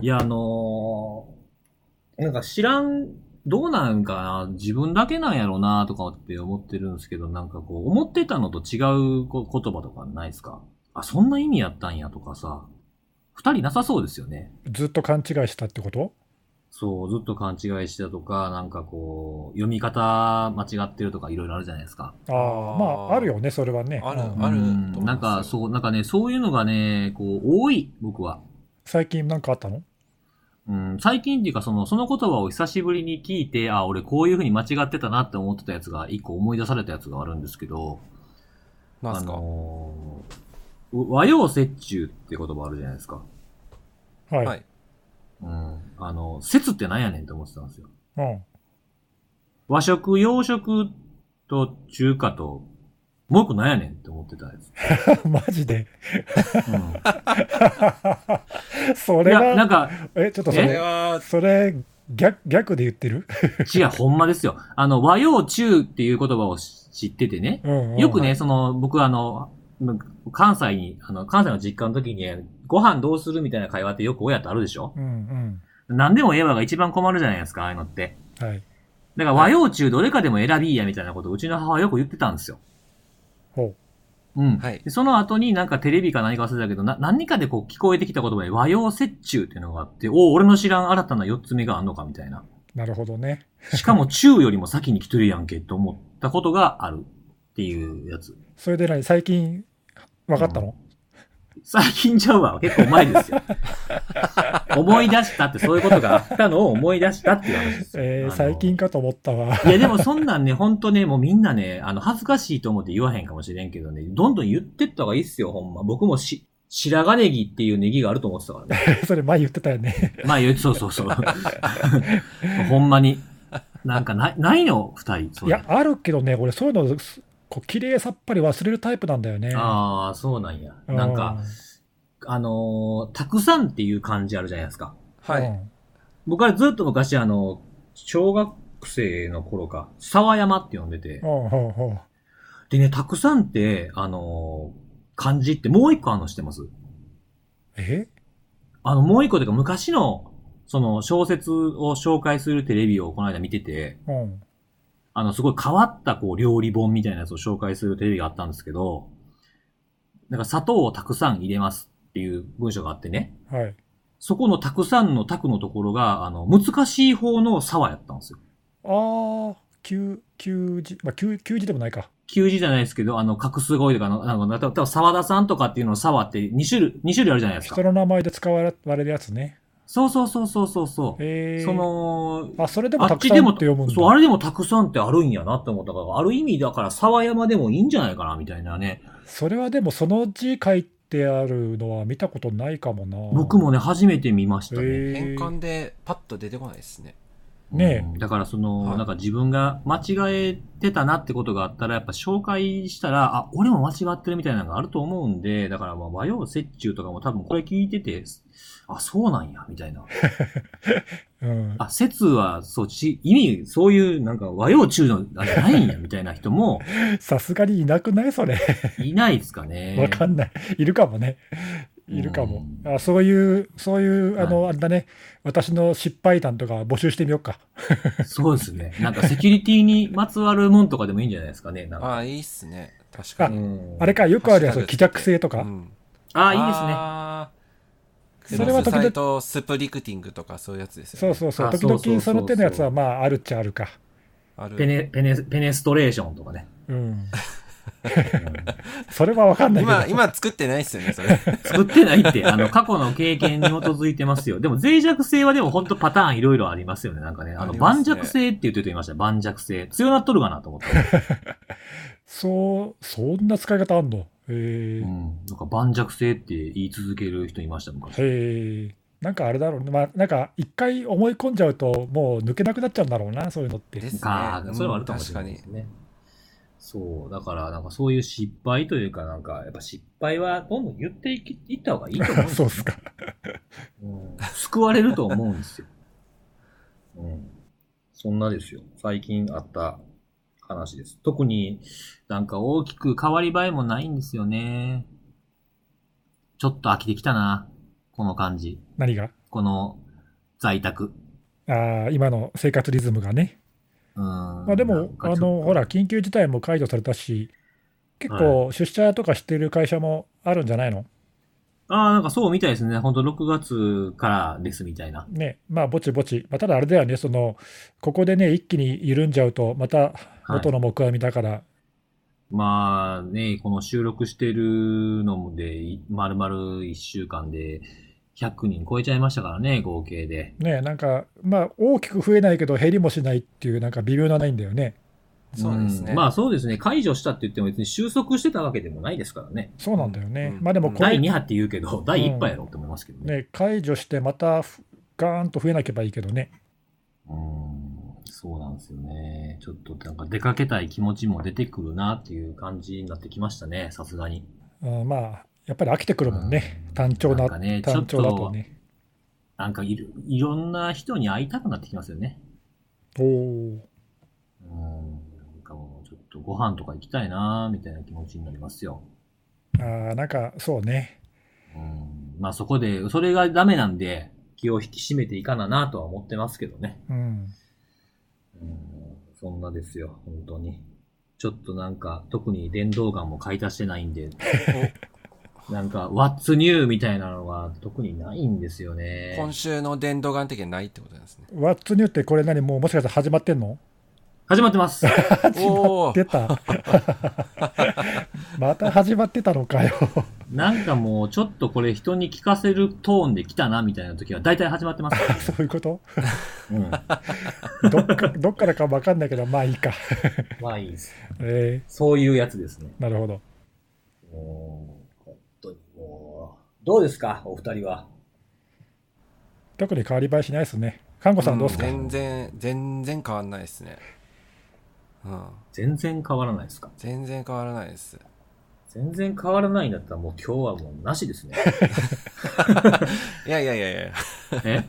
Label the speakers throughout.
Speaker 1: いや、あのーなんか知らん、どうなんかな、自分だけなんやろうな、とかって思ってるんですけど、なんかこう、思ってたのと違うこ言葉とかないですかあ、そんな意味やったんやとかさ、二人なさそうですよね。
Speaker 2: ずっと勘違いしたってこと
Speaker 1: そう、ずっと勘違いしてたとか、なんかこう、読み方間違ってるとかいろいろあるじゃないですか。
Speaker 2: ああ、まあ、あるよね、それはね。
Speaker 3: ある
Speaker 2: うん
Speaker 3: あると思いますよ
Speaker 1: うんなんかそう、なんかね、そういうのがね、こう、多い、僕は。
Speaker 2: 最近なんかあったの
Speaker 1: うん、最近っていうか、その、その言葉を久しぶりに聞いて、あ、俺こういう風に間違ってたなって思ってたやつが、一個思い出されたやつがあるんですけど、
Speaker 3: なんすか、
Speaker 1: あのー和洋折衷って言葉あるじゃないですか。
Speaker 2: はい。
Speaker 3: はい。
Speaker 1: うん。あの、説ってなんやねんって思ってたんですよ。
Speaker 2: うん。
Speaker 1: 和食、洋食と中華と、もう一個なんやねんって思ってたや つ。
Speaker 2: マジで。
Speaker 1: う
Speaker 2: そ
Speaker 1: ん、い
Speaker 2: れ
Speaker 1: や、な
Speaker 2: は、
Speaker 1: んか、
Speaker 2: え、ちょっとそ
Speaker 3: それ
Speaker 2: れ、
Speaker 3: は、
Speaker 2: それ、逆、逆で言ってる
Speaker 1: 違う、ほんまですよ。あの、和洋中っていう言葉を知っててね。
Speaker 2: うんうん
Speaker 1: よくね、その、僕あの、関西に、あの、関西の実家の時に、ご飯どうするみたいな会話ってよく親とあるでしょ
Speaker 2: うん
Speaker 1: 何でもええわが一番困るじゃないですか、ああいうのって。
Speaker 2: うん。はい。
Speaker 1: だから和洋中どれかでも選びいやみたいなことをうちの母はよく言ってたんですよ。
Speaker 2: ほ
Speaker 1: うん。
Speaker 3: はい
Speaker 1: でその後になんかテレビか何か忘れたけど、な、何かでこう聞こえてきた言葉で和洋折衷っていうのがあって、おう俺の知らん新たな四つ目があんのかみたいな。
Speaker 2: う。なるほどね。
Speaker 1: しかも中よりも先に来てるやんけと思ったことがあるっていうやつ。
Speaker 2: それで何最近、分かったの、
Speaker 1: 最近ちゃうわ。結構前 ですよ。思い出したって、そういうことがあったのを思い出したっていう話ですよ。
Speaker 2: え
Speaker 1: あ
Speaker 2: ー、
Speaker 1: の
Speaker 2: 最。近かと思ったわ。
Speaker 1: いやでもそんなんね、ほんとね、もうみんなね、あの、恥ずかしいと思って言わへんかもしれんけどね、どんどん言ってった方がいいっすよ、ほんま。僕もし、白髪ネギっていうネギがあると思ってたから ね。
Speaker 2: それ前言ってたよね。
Speaker 1: まあ言う、そうそう そう。ほんまに。なんかない、ないの二人。そ
Speaker 2: い
Speaker 1: れ
Speaker 2: や、あるけどね、俺そういうの、すこう、綺麗さっぱり忘れるタイプなんだよね。
Speaker 1: ああ、そうなんや。
Speaker 2: うん
Speaker 1: なんか、、あのーたくさんっていう漢字あるじゃないですか。
Speaker 3: は
Speaker 2: う
Speaker 3: い。
Speaker 2: ん
Speaker 1: 僕はずっと昔あの、小学生の頃か、沢山って呼んでて、
Speaker 2: うんうんうん
Speaker 1: でね、たくさんって、あのー漢字ってもう一個あるの知ってます
Speaker 2: え
Speaker 1: あの、もう一個というか昔の、その小説を紹介するテレビをこの間見てて、
Speaker 2: うん。
Speaker 1: あの、すごい変わったこう料理本みたいなやつを紹介するテレビがあったんですけど、なんか砂糖をたくさん入れますっていう文章があってね、
Speaker 2: はい。
Speaker 1: そこのたくさんのたくのところが、あの、難しい方の沢やったんですよ。
Speaker 2: ああ、休、休字、まあ、休、休字でもないか。
Speaker 1: 給字じゃないですけど、あの、隠す語彙とかの、なんか、たぶん沢田さんとかっていうのを沢って2種類、二種類あるじゃないです
Speaker 2: 人
Speaker 1: か。
Speaker 2: の名前で使われるやつね。
Speaker 1: そうそうそうそうそうそう。
Speaker 2: えー、
Speaker 1: その、
Speaker 2: あ、それでも
Speaker 1: あ
Speaker 2: た
Speaker 1: っ
Speaker 2: く
Speaker 1: ち
Speaker 2: さん
Speaker 1: で
Speaker 2: って
Speaker 1: も、
Speaker 2: 読むんだ。
Speaker 1: そう、あれでもたくさんってあるんやなって思ったから、ある意味だから沢山でもいいんじゃないかな、みたいなね。
Speaker 2: それはでもその字書いてあるのは見たことないかもな。
Speaker 1: 僕もね、初めて見ましたね。
Speaker 2: え
Speaker 3: 変
Speaker 2: ー
Speaker 3: 換でパッと出てこないですね。
Speaker 2: ねえ
Speaker 1: うんだからその、
Speaker 3: はい
Speaker 1: なんか自分が間違えてたなってことがあったら、やっぱ紹介したら、あ、俺も間違ってるみたいなのがあると思うんで、だからまあ和洋折衷とかも多分これ聞いてて、あ、そうなんや、みたいな。
Speaker 2: うん。
Speaker 1: あ、説は、そう、ち、意味、そういう、なんか和洋中の、あれないんや、みたいな人 も、
Speaker 2: さすがにいなくないそれ。
Speaker 1: いないですかね。
Speaker 2: わかんない。いるかもね。いるかも。あそういう、そういう、あの、あれだね。私の失敗談とか募集してみようか。
Speaker 1: そうですね。なんかセキュリティにまつわるもんとかでもいいんじゃないですかね。なんか
Speaker 3: ああ、いいっすね。確か
Speaker 1: う
Speaker 3: に。
Speaker 1: ん
Speaker 2: あれか、よくあるやつ、
Speaker 3: ハッシュタグ
Speaker 2: 希弱性とか。
Speaker 3: うん
Speaker 1: あいいですね。
Speaker 3: です
Speaker 1: それは
Speaker 2: 時々
Speaker 3: サイトスプリクティングとかそういうやつです
Speaker 2: そう
Speaker 3: よね。
Speaker 2: そうそう。
Speaker 1: あ
Speaker 2: 時
Speaker 1: そうそうそうそう
Speaker 2: 々その手のやつは、まあ、あるっちゃあるか。
Speaker 3: ある
Speaker 1: ペネ、ペネ、ペネストレーションとかね。
Speaker 2: うん。
Speaker 1: うん
Speaker 2: それはわかんないけど。
Speaker 3: 今、今作ってないっすよね、それ。
Speaker 1: 作ってないって、あの、過去の経験に基づいてますよ。でも、脆弱性はでも本当パターンいろいろありますよね。なんかね、あの、
Speaker 3: あります
Speaker 1: 盤
Speaker 3: ね
Speaker 1: 石性って言ってる人いました。盤石性。強なっとるかなと思って。
Speaker 2: そう、そんな使い方あんのえ
Speaker 1: う
Speaker 2: ー
Speaker 1: ん。なんか盤石性って言い続ける人いました、昔。
Speaker 2: へえ。なんかあれだろうね。まあ、なんか一回思い込んじゃうと、もう抜けなくなっちゃうんだろうな、そういうのって。
Speaker 3: ですね。
Speaker 1: か、それはあるかもしれない
Speaker 3: うん
Speaker 1: です
Speaker 3: 確かに。
Speaker 1: ね。そう、だから、なんかそういう失敗というか、なんか、やっぱ失敗はどんどん言っていきいった方がいいと思うんです
Speaker 2: そう
Speaker 1: よ
Speaker 2: っすか。
Speaker 1: うん救われると思うんですよ。 うん。そんなですよ。最近あった話です。特になんか大きく変わり映えもないんですよね。ちょっと飽きてきたな。この感じ。
Speaker 2: 何が
Speaker 1: この在宅。
Speaker 2: ああ、今の生活リズムがね。
Speaker 1: うん。
Speaker 2: まあ、で
Speaker 1: な
Speaker 2: も
Speaker 1: ん、かちょ
Speaker 2: あ
Speaker 1: っと
Speaker 2: の、ほら、緊急事態も解除されたし、結構、出社とかしてる会社もあるんじゃないの
Speaker 1: ああ、なんかそうみたいですね。本当6月からですみたいな。
Speaker 2: ね、まあ、ぼちぼち。まあ、ただあれだよね、その、ここでね、一気に緩んじゃうと、また元の木阿弥だから、
Speaker 1: まあね、この収録してるのもで、い丸々1週間で100人超えちゃいましたからね、合計で。
Speaker 2: ね、なんか、まあ、大きく増えないけど、減りもしないっていう、なんか微妙なラインだよね。
Speaker 3: そうですね。
Speaker 1: んまあそうですね、解除したって言っても別に収束してたわけでもないですからね。
Speaker 2: そうなんだよね。
Speaker 3: うん
Speaker 2: まあ、でも
Speaker 3: うん
Speaker 2: これ
Speaker 1: 第2波って言うけど、第1波やろって思いますけどね。
Speaker 2: ね、解除して、またふガーンと増えなければいいけどね。
Speaker 1: うん、そうなんですよね。ちょっとなんか出かけたい気持ちも出てくるなっていう感じになってきましたね、さすがに。
Speaker 2: うん、まあ、やっぱり飽きてくるもんね。単調
Speaker 1: な
Speaker 2: な、
Speaker 1: んかねちょ
Speaker 2: 単
Speaker 1: っと
Speaker 2: 調だとね。
Speaker 1: なんかいろいろんな人に会いたくなってきますよね。
Speaker 2: おー
Speaker 1: うん、なんかもうちょっとご飯とか行きたいなーみたいな気持ちになりますよ。
Speaker 2: あーなんか、そうね。
Speaker 1: うん、まあそこで、それがダメなんで気を引き締めていかななとは思ってますけどね。
Speaker 2: うん。
Speaker 1: うん、そんなですよ、本当に。ちょっとなんか特に電動ガンも買い足してないんで、なんか What's New みたいなのが特にないんですよね。
Speaker 3: 今週の電動ガン的にはないってことなんですね。
Speaker 2: What's new ってこれ何もうもしかして始まってんの
Speaker 1: 始まってます。
Speaker 3: おお
Speaker 2: 出 た。また始まってたのかよ。
Speaker 1: なんかもうちょっとこれ人に聞かせるトーンで来たなみたいな時は大体始まってます。
Speaker 2: そういうこと
Speaker 1: うん、
Speaker 2: どっか、どっからかわかんないけど、まあいいか。
Speaker 1: まあいいです。
Speaker 2: え
Speaker 1: そういうやつですね。
Speaker 2: ー、なるほど。
Speaker 1: もう、本当にもう、どうですか、お二人は。
Speaker 2: 特に変わり映えしないですね。看護さんどうですか、
Speaker 3: 全然、全然変わんないですね。うん。
Speaker 1: 全然変わらないですか。
Speaker 3: 全然変わらないです。
Speaker 1: 全然変わらないんだったら、もう今日はもうなしですね。
Speaker 3: いやいやいやいや。
Speaker 1: え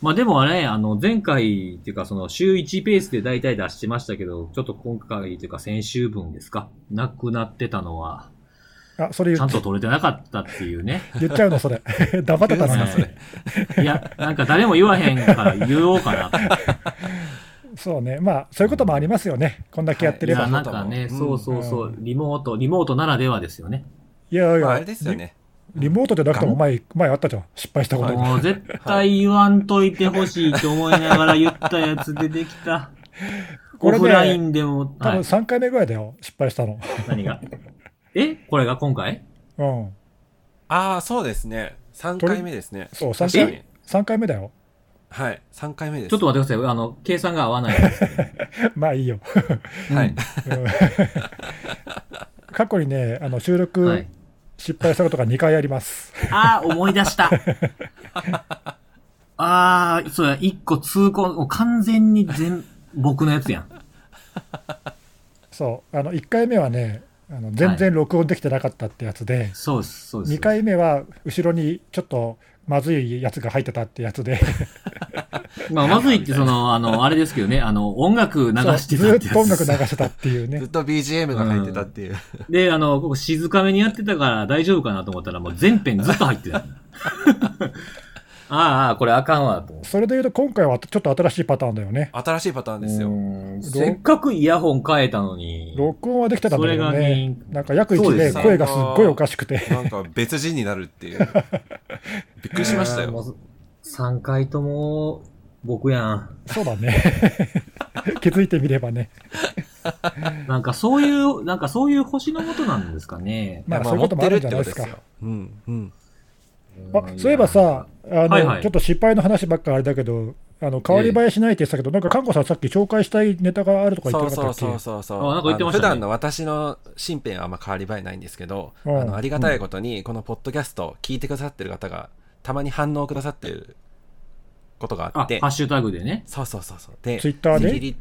Speaker 1: まあでもね、あの、前回っていうか、その、週1ペースで大体出してましたけど、ちょっと今回というか、先週分ですか、なくなってたのは、
Speaker 2: あ、それ
Speaker 1: ちゃ
Speaker 2: 言
Speaker 1: ん
Speaker 2: っ
Speaker 1: と取れてなかったっていうね。
Speaker 2: 言っちゃうの、それ。 黙ってたの
Speaker 3: 言う
Speaker 2: に
Speaker 3: ん。すかそれ
Speaker 1: いや、なんか誰も言わへんから言おうかなと思って
Speaker 2: そうね。まあ、そういうこともありますよね。こんだけやって
Speaker 1: い
Speaker 2: れば。
Speaker 1: や、
Speaker 2: い、
Speaker 1: なんかね、
Speaker 3: うん
Speaker 1: そうそうそう、リモート、リモートならではですよね。
Speaker 2: やい
Speaker 3: ま
Speaker 2: や、
Speaker 3: あ、あれですよね。
Speaker 2: リ。リモートじゃなくても
Speaker 3: ガ
Speaker 2: 前、前あったじゃん。失敗したこと。
Speaker 1: もう絶対言わんといてほしいと思いながら言ったやつ出てき た。
Speaker 2: こ
Speaker 1: オ
Speaker 2: れね
Speaker 1: フラインでも、
Speaker 2: 多
Speaker 1: は
Speaker 2: 分
Speaker 1: い、
Speaker 2: 3回目ぐらいだよ。失敗したの。
Speaker 1: 何がえこれが今回
Speaker 2: うん。
Speaker 3: ああ、そうですね。3回目ですね。
Speaker 2: そう、
Speaker 3: 確か
Speaker 2: 3
Speaker 3: に
Speaker 2: 回。三回目だよ。
Speaker 3: はい。3回目です。
Speaker 1: ちょっと待ってください。あの、計算が合わないです。
Speaker 2: まあいいよ。
Speaker 3: はい。
Speaker 2: うん過去にね、あの収録、
Speaker 1: はい。
Speaker 2: 失敗したことが2回あります。
Speaker 1: ああ、思い出した。 ああ、そうや、一個通行、もう完全に全、僕のやつやん。
Speaker 2: そう、あの1回目はね、あの全然録音できてなかったってやつで、
Speaker 1: そうです、そうです。
Speaker 2: 2回目は後ろにちょっとまずいやつが入ってたってやつで、
Speaker 1: まあ、まずいって、その、あの、あれですけどね、あの、音楽流
Speaker 2: そう
Speaker 1: して
Speaker 2: ず
Speaker 1: たって
Speaker 2: っと音
Speaker 1: や
Speaker 2: 楽
Speaker 1: つ
Speaker 2: 流。してたっていう
Speaker 3: ず
Speaker 2: ね
Speaker 3: っ、と BGM が入ってたっていう。
Speaker 1: で、あの、ここ静かめにやってたから大丈夫かなと思ったら、もう全編ずっと入ってた。あ あああ、これあかんわ、と思って。
Speaker 2: それでいうと、今回はちょっと新しいパターンだよね。
Speaker 3: 新しいパターンですよ。
Speaker 1: せっかくイヤホン変えたのに。
Speaker 2: 録音はできてたんだけど
Speaker 1: それが原
Speaker 2: ね
Speaker 1: 因、
Speaker 2: なんか約
Speaker 1: そ
Speaker 2: 1
Speaker 1: うで
Speaker 2: です
Speaker 1: ね
Speaker 2: 声がすっごいおかしくて、
Speaker 3: なんか別人になるっ ていう。びっくりしました
Speaker 1: ああも
Speaker 3: よ。
Speaker 1: う3回とも、僕やん。
Speaker 2: そうだね、 気づいてみればね、
Speaker 1: なんかそういう、なんかそういう星の元なんですかね。
Speaker 2: まあ、
Speaker 3: ま
Speaker 2: そう
Speaker 3: あ
Speaker 2: いうこともあるんじゃないです
Speaker 3: 持ってる
Speaker 2: か
Speaker 3: っ。うん。うん。
Speaker 2: あ
Speaker 1: ん
Speaker 2: そういえばさ、、あの
Speaker 1: はいはい
Speaker 2: ちょっと失敗の話ばっかりあれだけど、あの変わり映えしないって言ってたけど、なんか看護さん、さっき紹介したいネタがあるとか言
Speaker 3: そ
Speaker 2: っ
Speaker 3: う
Speaker 2: てな
Speaker 3: そ
Speaker 2: か
Speaker 3: う
Speaker 2: った
Speaker 3: そ
Speaker 2: っけ
Speaker 3: うそうそう
Speaker 1: あなんか言ってましたね
Speaker 3: あの普段の私の身辺はあんま変わり映えないんですけど、
Speaker 2: うん
Speaker 3: あのありがたいことにこのポッドキャストを聞いてくださってる方がたまに反応くださってることがあ
Speaker 1: あ
Speaker 3: っ、て
Speaker 1: ハッシュタグでね。
Speaker 3: そうそうそうそうで
Speaker 2: Twitter で
Speaker 3: セキュリ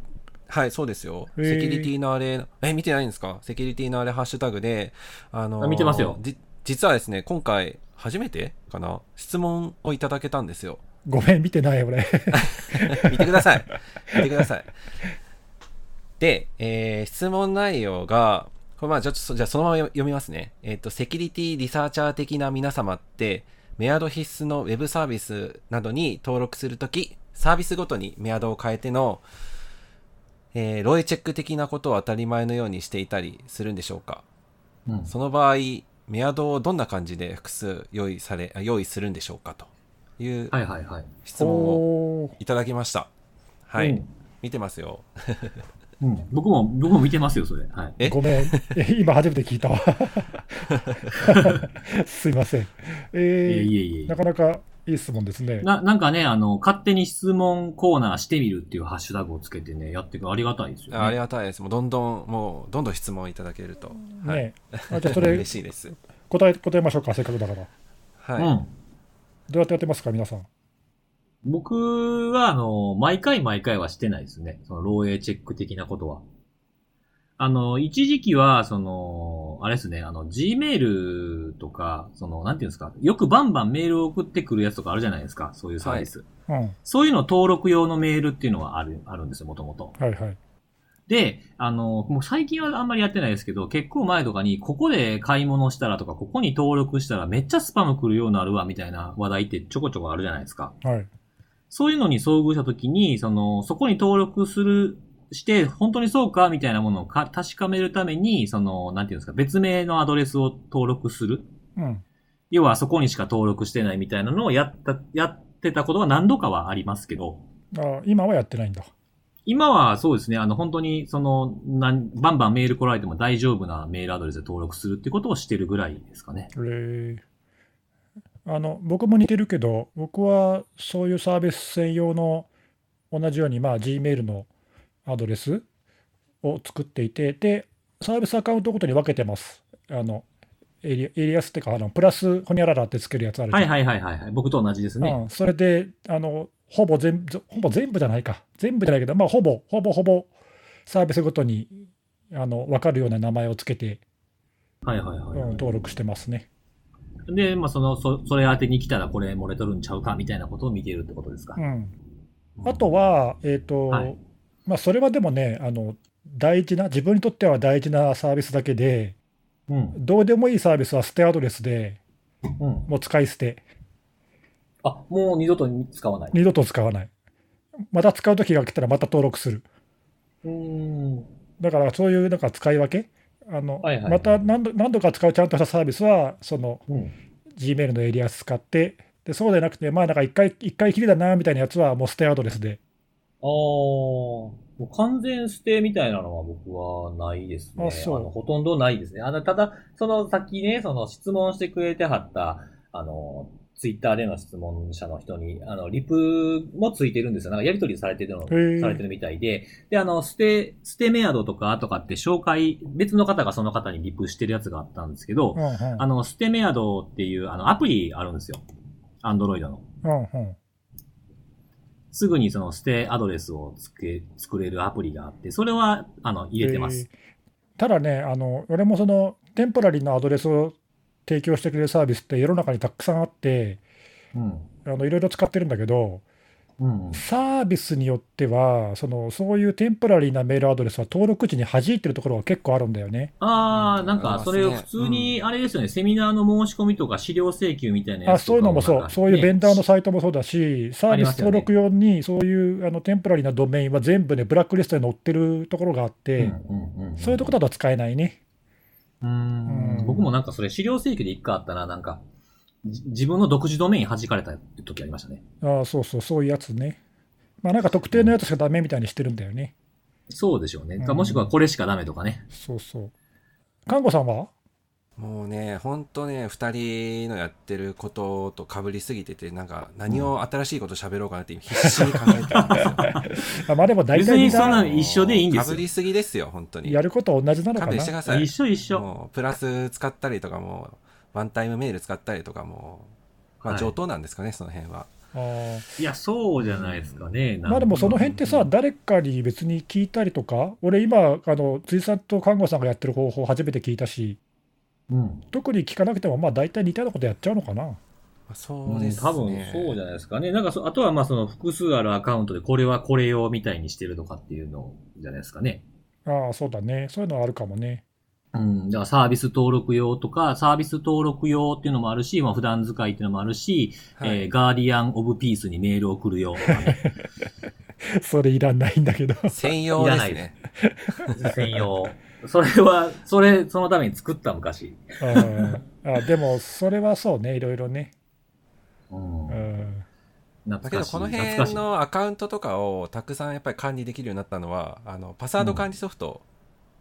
Speaker 3: はいそうですよ
Speaker 2: へー
Speaker 3: セキュリティのあれえ見てないんですかセキュリティのあれハッシュタグであの
Speaker 1: あ見てますよ
Speaker 3: じ実はですね今回初めてかな質問をいただけたんですよ
Speaker 2: ごめん、見てない、俺。
Speaker 3: 見てください。見てください。で、えー質問内容が、これまあ、じゃあちょっと、じゃあそのまま読みますね。えっ、と、セキュリティリサーチャー的な皆様って、メアド必須のウェブサービスなどに登録するとき、サービスごとにメアドを変えての、えーロイチェック的なことを当たり前のようにしていたりするんでしょうか
Speaker 1: うん。
Speaker 3: その場合、メアドをどんな感じで複数用意され、あ用意するんでしょうかという
Speaker 1: はいはいはい。
Speaker 3: 質問を
Speaker 2: おー
Speaker 3: いただきました。はい。
Speaker 1: うん
Speaker 3: 見てますよ。
Speaker 1: うん。僕も、僕も見てますよ、それ。はい。
Speaker 3: え
Speaker 2: ごめん、え今初めて聞いた わ。すいません。
Speaker 1: いえ
Speaker 2: えー
Speaker 1: いえいえい
Speaker 2: なかなかいい質問です
Speaker 1: え。。
Speaker 2: ね
Speaker 1: な、なんかね、あの、勝手に質問コーナーしてみるっていうハッシュタグをつけてね、やってくありがたいですよ、ね。
Speaker 3: あありがたいです。もうどんどん、もうどんどん質問いただけると。はい、
Speaker 2: ねあじゃあそ れ
Speaker 3: 嬉しいです。
Speaker 2: 答え答えましょうか、せっかくだから。ど
Speaker 3: はい。
Speaker 1: うん。
Speaker 2: うやってやってますか、皆さん。
Speaker 1: 僕は、あの、毎回毎回はしてないですね。その、漏洩チェック的なことは。あの、一時期は、その、あれですね、あの、Gmail とか、その、なんていうんですか、よくバンバンメールを送ってくるやつとかあるじゃないですか、そういうサービス。
Speaker 2: うん、はい
Speaker 1: そういうの登録用のメールっていうのはある、あるんですよ、もともと。
Speaker 2: はい。
Speaker 1: で、あの、もう最近はあんまりやってないですけど、結構前とかに、ここで買い物したらとか、ここに登録したらめっちゃスパム来るようになるわ、みたいな話題ってちょこちょこあるじゃないですか。
Speaker 2: はい。
Speaker 1: そういうのに遭遇したときに、その、そこに登録する、して、本当にそうかみたいなものをか確かめるために、その、なんていうんですか、別名のアドレスを登録する。
Speaker 2: うん。
Speaker 1: 要は、そこにしか登録してないみたいなのをやった、やってたことが何度かはありますけど、
Speaker 2: あ今はやってないんだ。
Speaker 1: 今はそうですね、あの、本当に、その、なん、バンバンメール来られても大丈夫なメールアドレスで登録するってことをしてるぐらいですかね。
Speaker 2: えーあの僕も似てるけど、僕はそういうサービス専用の同じように、まあ、Gmail のアドレスを作っていて、で、サービスアカウントごとに分けてます。あのエリエリアスっていうか、あのプラスホニャララってつけるやつあるじゃん
Speaker 1: はいはいはいはいはい。僕と同じですね。
Speaker 2: うん、それであのほぼ全部、ほぼ全部じゃないか、全部じゃないけど、まあ、ほぼ、ほぼほぼサービスごとにあの分かるような名前をつけて、
Speaker 1: はいはいは
Speaker 2: う
Speaker 1: い、
Speaker 2: ん
Speaker 1: はい。
Speaker 2: 登録してますね。
Speaker 1: で、まあ、その、そ、それ当てに来たらこれ漏れとるんちゃうかみたいなことを見てるってことですか
Speaker 2: う。ん、あとは、えーと
Speaker 1: はい
Speaker 2: まあ、それはでもねあの、大事な、自分にとっては大事なサービスだけで、
Speaker 1: うん。
Speaker 2: どうでもいいサービスは捨てアドレスで
Speaker 1: うん。
Speaker 2: もう使い捨て、
Speaker 1: あ、もう二度と使わない。
Speaker 2: 二度と使わない。また使う時が来たらまた登録する。
Speaker 1: うーん。
Speaker 2: だからそういうなんか使い分け、あの
Speaker 1: はいはいはい
Speaker 2: また何度何度か使うちゃんとしたサービスは、その
Speaker 1: うん。
Speaker 2: Gmail のエリアス使って、でそうでなくて、まあなんか一回一回きりだなみたいなやつは、もう捨てアドレスで、
Speaker 1: ああ、もう完全捨てみたいなのは僕はないですね。
Speaker 2: あそう
Speaker 1: のほとんどないですね。あの、ただ、そのさっきね、その質問してくれてはった、あの、ツイッターでの質問者の人に、あの、リプもついてるんですよ。なんかやりとりされてるの、
Speaker 2: ー
Speaker 1: されてるみたいで。で、あの、捨て、捨てメアドとかとかって紹介、別の方がその方にリプしてるやつがあったんですけど、
Speaker 2: うんうん
Speaker 1: あの、捨てメアドっていう、あの、アプリあるんですよ。アンドロイドの。
Speaker 2: うんうん
Speaker 1: すぐにその捨てアドレスをつけ、作れるアプリがあって、それは、あの、入れてま
Speaker 2: えー
Speaker 1: す。
Speaker 2: ただねあの、俺もそのテンポラリーのアドレスを提供してくれるサービスって世の中にたくさんあって、
Speaker 1: うん。
Speaker 2: あのいろいろ使ってるんだけど、
Speaker 1: うん。
Speaker 2: サービスによってはその、そういうテンポラリーなメールアドレスは登録時に弾いてるところが結構あるんだよね。
Speaker 1: あ
Speaker 3: う
Speaker 1: ー、
Speaker 3: ん
Speaker 1: なんか、それを普通に、あれですよね、セミナーの申し込みとか資料請求みたいなや
Speaker 2: あ
Speaker 1: つ
Speaker 2: そういうのもそう、そういうベンダーのサイトもそうだし、サービス登録用にそういうあのテンポラリーなドメインは全部ね、ブラックリストに載ってるところがあって、そういうとこだと使えないね。
Speaker 1: うん
Speaker 2: うん
Speaker 1: 僕もなんかそれ資料請求で一回あったら、なんか、じ自分の独自ドメイン弾かれた時ありましたね。
Speaker 2: あそうそう、そういうやつね。まあなんか特定のやつしかダメみたいにしてるんだよね。
Speaker 1: そうでしょうね。か
Speaker 2: うん
Speaker 1: もしくはこれしかダメとかね。
Speaker 2: そうそう。看護さんは
Speaker 3: もうね、ほんとね、二人のやってることと被りすぎてて、なんか何を新しいこと喋ろうかなって今必死に考えてるん ですよ。
Speaker 2: あまあでも大体みん
Speaker 1: 別にそんな
Speaker 2: な
Speaker 1: の一緒でいいんですよ
Speaker 3: 被りすぎですよ、本当に。
Speaker 2: やることは同じなのか
Speaker 3: 勘弁
Speaker 2: な
Speaker 3: してく。ださい。
Speaker 1: 一緒一緒。
Speaker 3: もうプラス使ったりとかもうワンタイムメール使ったりとかもうま
Speaker 1: はい
Speaker 3: あ上等なんですかね、その辺は。
Speaker 2: あー
Speaker 1: いや、そうじゃないですかね。
Speaker 2: まあでもその辺ってさ、
Speaker 1: うん
Speaker 2: 誰かに別に聞いたりとか、俺今、あの辻さんと看護さんがやってる方法初めて聞いたし、
Speaker 1: うん。
Speaker 2: 特に聞かなくても、まあ大体似たようなことやっちゃうのかな。
Speaker 3: まあ、そううんですね。
Speaker 1: 多分そうじゃないですかね。なんかそ、あとはまあその複数あるアカウントでこれはこれ用みたいにしてるとかっていうのじゃないですかね。
Speaker 2: ああ、そうだね。そういうのはあるかもね。
Speaker 1: うん。だからサービス登録用とか、サービス登録用っていうのもあるし、まあ普段使いっていうのもあるし、
Speaker 3: はい
Speaker 1: えーガーディアン・オブ・ピースにメール送る用とか ね。
Speaker 2: それいらないんだけど。
Speaker 3: 専用で
Speaker 1: いらな
Speaker 3: す
Speaker 1: い
Speaker 3: ね。
Speaker 1: 専用。それは、それ、そのために作った昔。
Speaker 2: うんあでも、それはそうね、いろいろね。
Speaker 1: うん
Speaker 2: う。ん、
Speaker 1: 懐
Speaker 3: だけ
Speaker 1: か
Speaker 3: ど
Speaker 1: しい。
Speaker 3: この
Speaker 1: 懐かし
Speaker 3: 辺
Speaker 1: い。
Speaker 3: のアカウントとかをたくさんやっぱり管理できるようになったのはあのパスワード管理ソフトを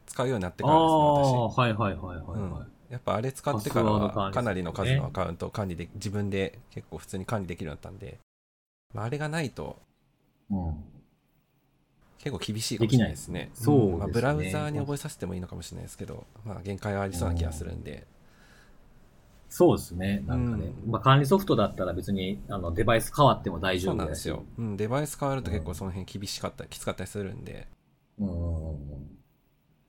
Speaker 3: 使うようになってからですね、
Speaker 1: あ
Speaker 3: 私。
Speaker 1: ーはいはいはいはい、
Speaker 3: うん
Speaker 1: はい
Speaker 3: やっぱあれ使ってから
Speaker 1: パスワード管
Speaker 3: は
Speaker 1: 理
Speaker 3: かなりの数
Speaker 1: ね
Speaker 3: のアカウントを管理で自分で結構普通に管理できるようになったんで、まあ、あれがないと
Speaker 1: うん。
Speaker 3: 結構厳しいかもしれないですね。
Speaker 1: できない
Speaker 3: ん
Speaker 1: そうですね
Speaker 3: まあ、ブラウザーに覚えさせてもいいのかもしれないですけど、まあ、限界はありそうな気がするんで、
Speaker 1: そうですね。なんかね。
Speaker 3: うん
Speaker 1: まあ管理ソフトだったら別に、あの、デバイス変わっても大丈
Speaker 3: そう
Speaker 1: 夫
Speaker 3: なん
Speaker 1: だ
Speaker 3: で
Speaker 1: し
Speaker 3: すよ。。うん、デバイス変わると結構その辺厳しかったり、きつかったりするんで、
Speaker 1: うん。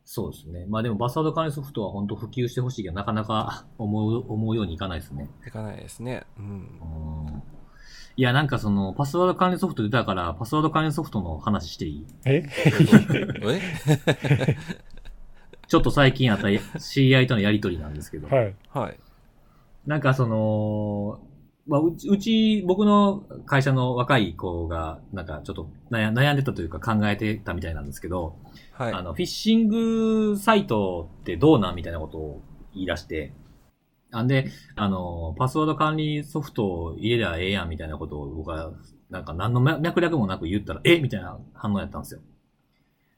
Speaker 1: そうですね。まあでも、バスワード管理ソフトは本当普及してほしいけど、なかなか 思う、思うようにいかないですね。
Speaker 3: いかないですね。うん
Speaker 1: う。ん。いや、なんかその、パスワード管理ソフト出たから、パスワード管理ソフトの話していい
Speaker 2: え
Speaker 3: え
Speaker 1: ちょっと最近あ った知り合いとのやりとりなんですけど。
Speaker 2: はい。
Speaker 3: はい。
Speaker 1: なんかその、まあ、うち、うち、僕の会社の若い子が、なんかちょっと悩悩んでたというか考えてたみたいなんですけど、
Speaker 3: はい
Speaker 1: あ。の、フィッシングサイトってどうなんみたいなことを言い出して、あんで、あの、パスワード管理ソフトを入れりゃええやんみたいなことを僕は、なんか何の脈略もなく言ったら、えみたいな反応やったんですよ。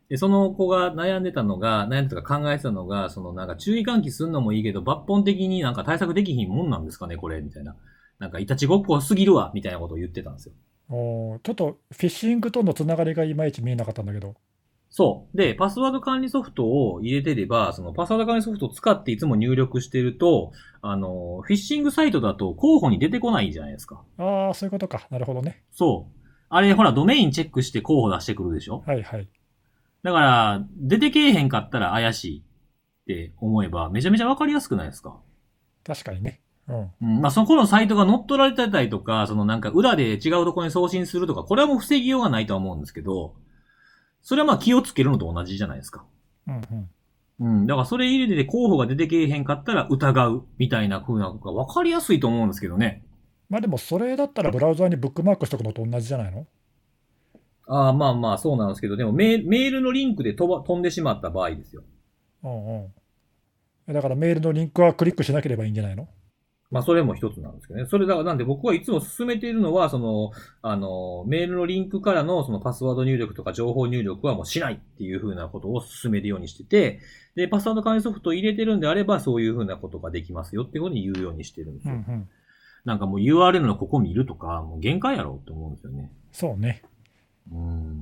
Speaker 1: で、その子が悩んでたのが、悩んでたか考えてたのが、そのなんか注意喚起するのもいいけど、抜本的になんか対策できひんもんなんですかね、これ、みたいな。なんかいたちごっこすぎるわ、みたいなことを言ってたんですよ。
Speaker 2: おーちょっとフィッシングとのつながりがいまいち見えなかったんだけど。
Speaker 1: そう。で、パスワード管理ソフトを入れてれば、そのパスワード管理ソフトを使っていつも入力してると、あの、フィッシングサイトだと候補に出てこないじゃないですか。
Speaker 2: ああ、そういうことか。なるほどね。
Speaker 1: そう。あれ、ほら、ドメインチェックして候補出してくるでしょ
Speaker 2: はいはい。
Speaker 1: だから、出てけえへんかったら怪しいって思えば、めちゃめちゃわかりやすくないですか
Speaker 2: 確かにね。うん。
Speaker 1: うん。まあ、そこのサイトが乗っ取られてたりとか、そのなんか裏で違うところに送信するとか、これはもう防ぎようがないとは思うんですけど、それはまあ気をつけるのと同じじゃないですか。
Speaker 2: うんうん。
Speaker 1: うん。だからそれ入れて候補が出てけえへんかったら疑うみたいな風なのが分かりやすいと思うんですけどね。
Speaker 2: まあでも、それだったらブラウザーにブックマークしとくのと同じじゃないの
Speaker 1: ああ、まあまあそうなんですけど、でもメールメールのリンクで飛ば飛んでしまった場合ですよ。
Speaker 2: うんうん。だからメールのリンクはクリックしなければいいんじゃないの
Speaker 1: まあそれも一つなんですけどね。それだからなんで僕はいつも進めているのは、その、あの、メールのリンクからのそのパスワード入力とか情報入力はもうしないっていう風なことを進めるようにしてて、で、パスワード管理ソフトを入れてるんであれば、そういう風なことができますよっていうことに言うようにしてるんです
Speaker 2: うんう
Speaker 1: よ。
Speaker 2: ん。
Speaker 1: なんかもう URL のここ見るとか、もう限界やろって思うんですよね。
Speaker 2: そうね。
Speaker 1: うんっ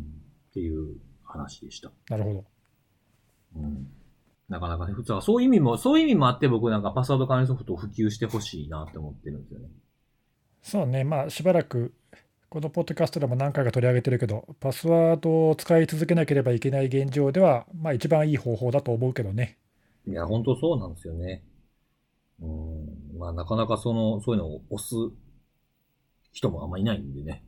Speaker 1: ていう話でした。
Speaker 2: なるほど。
Speaker 1: うん、なかなかね、普通はそういう意味も、そういう意味もあって僕なんかパスワード管理ソフトを普及してほしいなって思ってるんですよね。
Speaker 2: そうね、まあしばらく、このポッドキャストでも何回か取り上げてるけど、パスワードを使い続けなければいけない現状では、まあ一番いい方法だと思うけどね。
Speaker 1: いや、本当そうなんですよね。うん、まあなかなかその、そういうのを押す人もあんまいないんでね。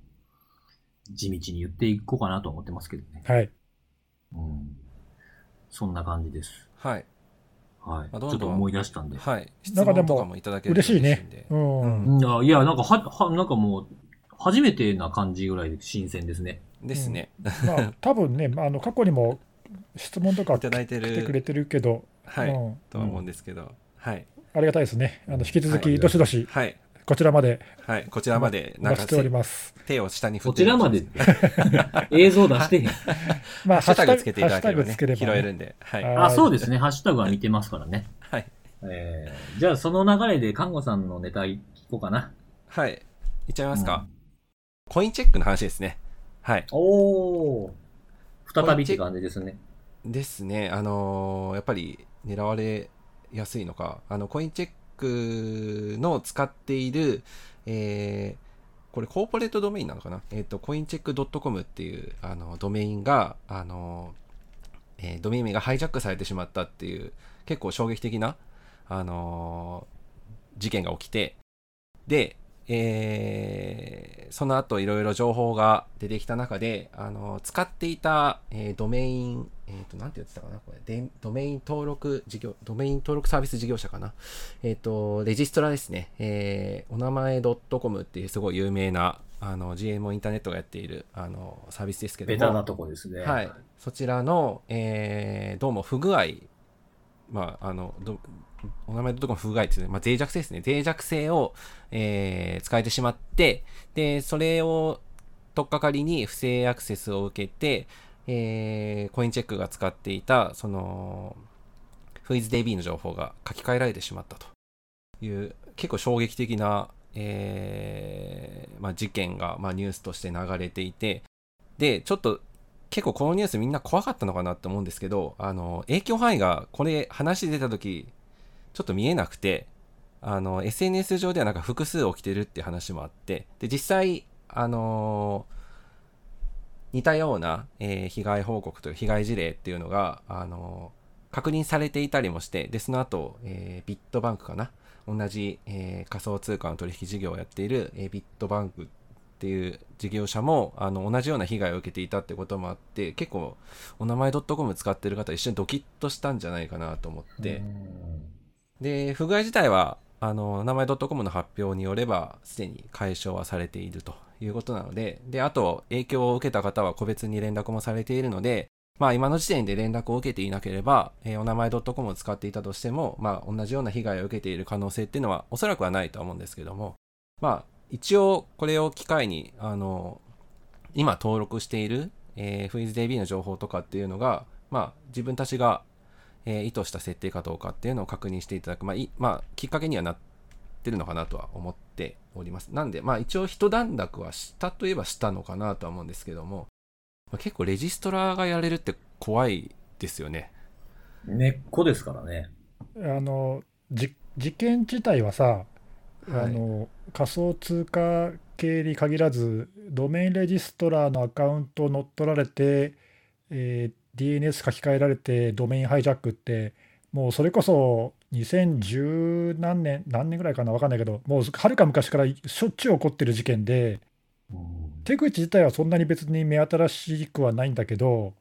Speaker 1: 地道に言っていこうかなと思ってますけどね。
Speaker 2: はい。
Speaker 1: うん。そんな感じです。
Speaker 3: はい。
Speaker 1: はい。
Speaker 3: まあどん
Speaker 1: ちょ
Speaker 3: どん
Speaker 1: っと思い出したんで。
Speaker 3: はい。質
Speaker 2: なんかで
Speaker 3: 問
Speaker 2: も
Speaker 3: とかもいただけると
Speaker 2: 嬉しい
Speaker 3: んで
Speaker 2: ね。。うん。
Speaker 1: いや、いや、なんかは、は、なんかもう、初めてな感じぐらいで新鮮ですね。
Speaker 3: ですね。
Speaker 2: まあ多分ね、まあ、あの過去にも質問とか
Speaker 3: いただいて
Speaker 2: 来てくれ
Speaker 3: る、
Speaker 2: てるけど、
Speaker 3: は
Speaker 2: う
Speaker 3: い。
Speaker 2: ん
Speaker 3: とは思うんですけど、はい。
Speaker 2: ありがたいですね。あの引き続
Speaker 1: はい
Speaker 2: き、どしどし、
Speaker 3: はい。
Speaker 2: こちらまで
Speaker 3: はい。こちらまで、
Speaker 2: お
Speaker 3: なん
Speaker 2: 待ち
Speaker 3: か
Speaker 2: しております。
Speaker 3: 手を下に振
Speaker 1: こ
Speaker 3: って
Speaker 1: ちら までって。映像出してへん。
Speaker 2: まあ、
Speaker 3: ハッシュタグつけてい
Speaker 2: ハ
Speaker 3: た
Speaker 2: ッシ
Speaker 3: だ
Speaker 2: ュタ
Speaker 3: ければ
Speaker 2: グ
Speaker 3: ね
Speaker 2: つければ
Speaker 3: 拾
Speaker 2: ね、
Speaker 3: えるんで。はい。
Speaker 2: はい
Speaker 1: あ、そうですね。ハッシュタグは見てますからね。
Speaker 3: はい。
Speaker 1: えー、じゃあその流れで、看護さんのネタ聞こうかな。
Speaker 3: はい。いっちゃいますか
Speaker 1: う。ん
Speaker 3: コインチェックの話ですね。はい。
Speaker 1: おー。再びって感じですね。
Speaker 3: ですね。あのーやっぱり狙われやすいのか。あの、コインチェックの使っている、えーこれコーポレートドメインなのかなえっ、と、コインチェック .com っていう、あの、ドメインが、あのーえードメイン名がハイジャックされてしまったっていう、結構衝撃的な、あのー事件が起きて、で、えーその後いろいろ情報が出てきた中で、あの、使っていた、えードメイン、えっ、と、なんて言ってたかなこれ。でドメイン登録事業、ドメイン登録サービス事業者かなえっ、と、レジストラですね。えーお名前 .com っていうすごい有名な、あの、GMO インターネットがやっている、あの、サービスですけども。
Speaker 1: ベタなとこですね。
Speaker 3: はい。そちらの、えーどうも不具合、まあ、あの、どお名前のところも不具合っていうね、まあ、脆弱性ですね。脆弱性を、えー使えてしまって、で、それを、とっかかりに不正アクセスを受けて、えーコインチェックが使っていた、その、フイズ DB の情報が書き換えられてしまったという、結構衝撃的な、えーまあ、事件が、まあ、ニュースとして流れていて、で、ちょっと結構このニュースみんな怖かったのかなって思うんですけど、あの、影響範囲がこれ話出た時、ちょっと見えなくて、あの、SNS 上ではなんか複数起きてるって話もあって、で、実際、あの似たような、えー被害報告という被害事例っていうのが、あの確認されていたりもして、で、その後、えービットバンクかな同じ、えー仮想通貨の取引事業をやっている、えービットバンクっていう事業者もあの同じような被害を受けていたってこともあって結構お名前 .com 使ってる方一瞬ドキッとしたんじゃないかなと思って、
Speaker 1: うん
Speaker 3: で不具合自体はあの名前 .com の発表によればすでに解消はされているということなのでであと影響を受けた方は個別に連絡もされているのでまあ今の時点で連絡を受けていなければ、えーお名前 .com を使っていたとしても、まあ同じような被害を受けている可能性っていうのはおそらくはないとは思うんですけども、まあ一応これを機会に、あの、今登録している、えー、フイズ DB の情報とかっていうのが、まあ自分たちがえー意図した設定かどうかっていうのを確認していただく、まあいまあ、きっかけにはなってるのかなとは思っております。なんで、まあ、一応一段落はしたといえばしたのかなとは思うんですけども、まあ、結構レジストラがやれるって怖いですよね。
Speaker 1: 根っこですからね。
Speaker 2: あのじ事件自体はさ、あ
Speaker 3: はい
Speaker 2: の仮想通貨系に限らずドメインレジストラーのアカウントを乗っ取られて、えー DNS 書き換えられてドメインハイジャックってもうそれこそ2010何年何年ぐらいかな分かんないけどもうはるか昔からしょっちゅう起こってる事件で。
Speaker 1: うん
Speaker 2: 手口自体はそんなに別に目新しくはないんだけど、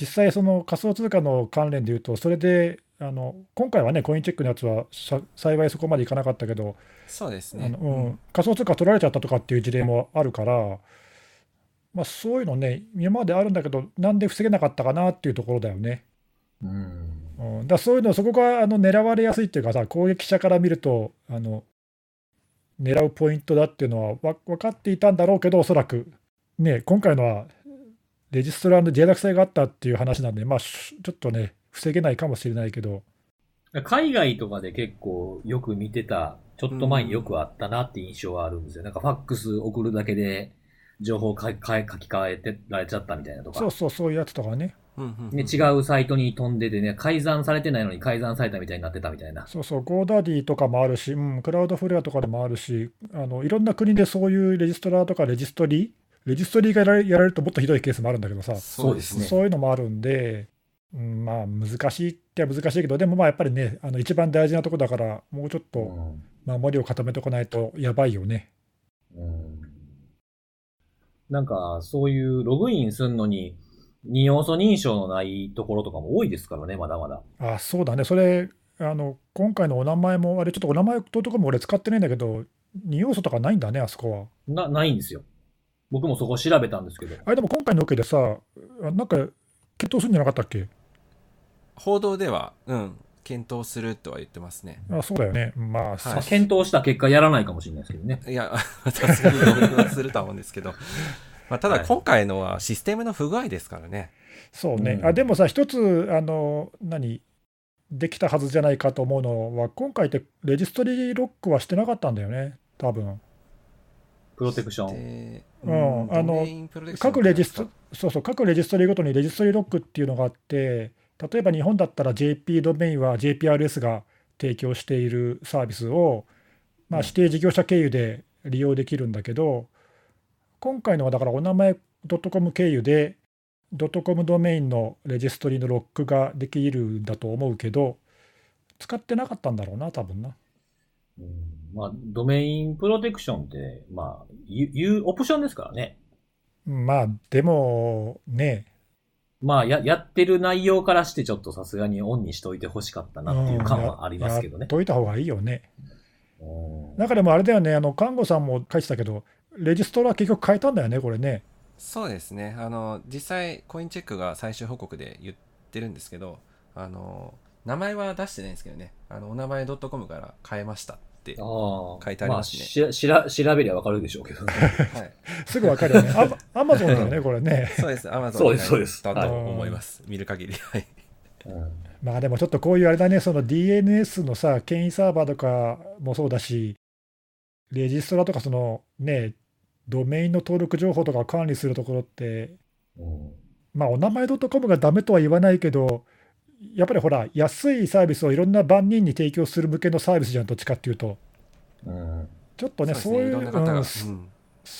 Speaker 2: 実際、その仮想通貨の関連でいうと、それであの今回はね、コインチェックのやつはさ幸いそこまでいかなかったけど、
Speaker 3: そうです
Speaker 2: あのうん、仮想通貨取られちゃったとかっていう事例もあるから、まあ、そういうのね、今まであるんだけど、なんで防げなかったかなっていうところだよね。
Speaker 1: うん
Speaker 2: うん、だからそういうの、そこがあの狙われやすいっていうかさ、攻撃者から見ると、あの狙うポイントだっていうのはわ分かっていたんだろうけど、おそらく、ね、今回のはレジストラーの脆弱性があったっていう話なんで、まあ、しちょっとね、防げないかもしれないけど、
Speaker 1: 海外とかで結構よく見てた、ちょっと前によくあったなって印象はあるんですよ。なんかファックス送るだけで情報か か書き換えてられちゃったみたいなとか。
Speaker 2: そうそう、そういうやつとかね、
Speaker 3: うんうんうん
Speaker 1: ね、違うサイトに飛んでてね、改ざんされてないのに改ざんされたみたいになってたみたいな。
Speaker 2: そうそう、ゴーダディとかもあるし、うん、クラウドフレアとかでもあるしあの、いろんな国でそういうレジストラーとかレジストリー、レジストリーがやられやられるともっとひどいケースもあるんだけどさ。
Speaker 3: そうですね。
Speaker 2: そういうのもあるんで、うん、まあ難しいっては難しいけど、でもまあやっぱりね、あの一番大事なとこだから、もうちょっと
Speaker 1: うん
Speaker 2: 守りを固めとかないとやばいよね。
Speaker 1: うんなんか、そういうログインするのに、二要素認証のないところとかも多いですからね、まだまだ。
Speaker 2: あ、そうだね、それ、あの今回のお名前も、あれ、ちょっとお名前ととこも俺使ってないんだけど、二要素とかないんだね、あそこは。
Speaker 1: な、ないんですよ。僕もそこ調べたんですけど。
Speaker 2: あれ、でも今回のオケでさ、あなんか、決闘するんじゃなかったっけ
Speaker 3: 報道では、うん、検討するとは言ってますね。
Speaker 2: あ、そうだよね。まあ、さす
Speaker 1: 検討した結果やらないかもしれないですけどね。
Speaker 3: いや、 さすがに同意はするとは思うんですけど、まあ、ただ今回のはシステムの不具合ですからね。
Speaker 2: そうね、
Speaker 1: うん
Speaker 2: あでもさ、一つ、あの何、できたはずじゃないかと思うのは、今回ってレジストリーロックはしてなかったんだよね、多分
Speaker 1: プロテクション。
Speaker 3: で
Speaker 2: うんあの
Speaker 3: ドメインプロテクション
Speaker 2: 各レジストそうそう、各レジストリーごとにレジストリーロックっていうのがあって、例えば日本だったら JP ドメインは JPRS が提供しているサービスを、まあ、
Speaker 1: うん
Speaker 2: 指定事業者経由で利用できるんだけど、今回のはだからお名前 .com 経由で、.com ドメインのレジストリーのロックができるんだと思うけど、使ってなかったんだろうな、多分な。
Speaker 1: うんまあ、ドメインプロテクションって、まあ、いう、いうオプションですからね。
Speaker 2: まあ、でもね、
Speaker 1: まあ、や、やってる内容からしてちょっとさすがにオンにしといてほしかったなっていう感はありますけど
Speaker 2: や
Speaker 1: ね
Speaker 2: っ。といた方がいいよね。
Speaker 1: うん
Speaker 2: なんかでもあれだよね、あの看護さんも書いてたけど、レジストラ結局変えたんだよね、これね。
Speaker 3: そうですねあの実際コインチェックが最終報告で言ってるんですけどあの名前は出してないんですけどねあのお名前 .com から変えましたって、は
Speaker 1: ああ。
Speaker 3: 書いてありますね
Speaker 1: あ、ししら、調べりゃわかるでしょうけどね。
Speaker 3: い、
Speaker 2: すぐわかるよね。アマゾンだよね、これね。
Speaker 3: そう ですアマゾ
Speaker 1: そう
Speaker 3: ン
Speaker 1: ですそうです
Speaker 3: だ
Speaker 1: はい
Speaker 3: と思います見る限りはい
Speaker 1: うん
Speaker 2: まあでもちょっとこういうあれだね、その DNS のさ、権威サーバーとかもそうだし、レジストラとか、そのね、ドメインの登録情報とかを管理するところって、
Speaker 1: うん
Speaker 2: まあ、お名前 .com がダメとは言わないけど、やっぱりほら、安いサービスをいろんな万人に提供する向けのサービスじゃん、どっちかっていうと、
Speaker 1: うん
Speaker 2: ちょっとね、そう
Speaker 3: です
Speaker 2: いう、
Speaker 3: ろんな方が、
Speaker 2: う
Speaker 3: うんん
Speaker 2: そ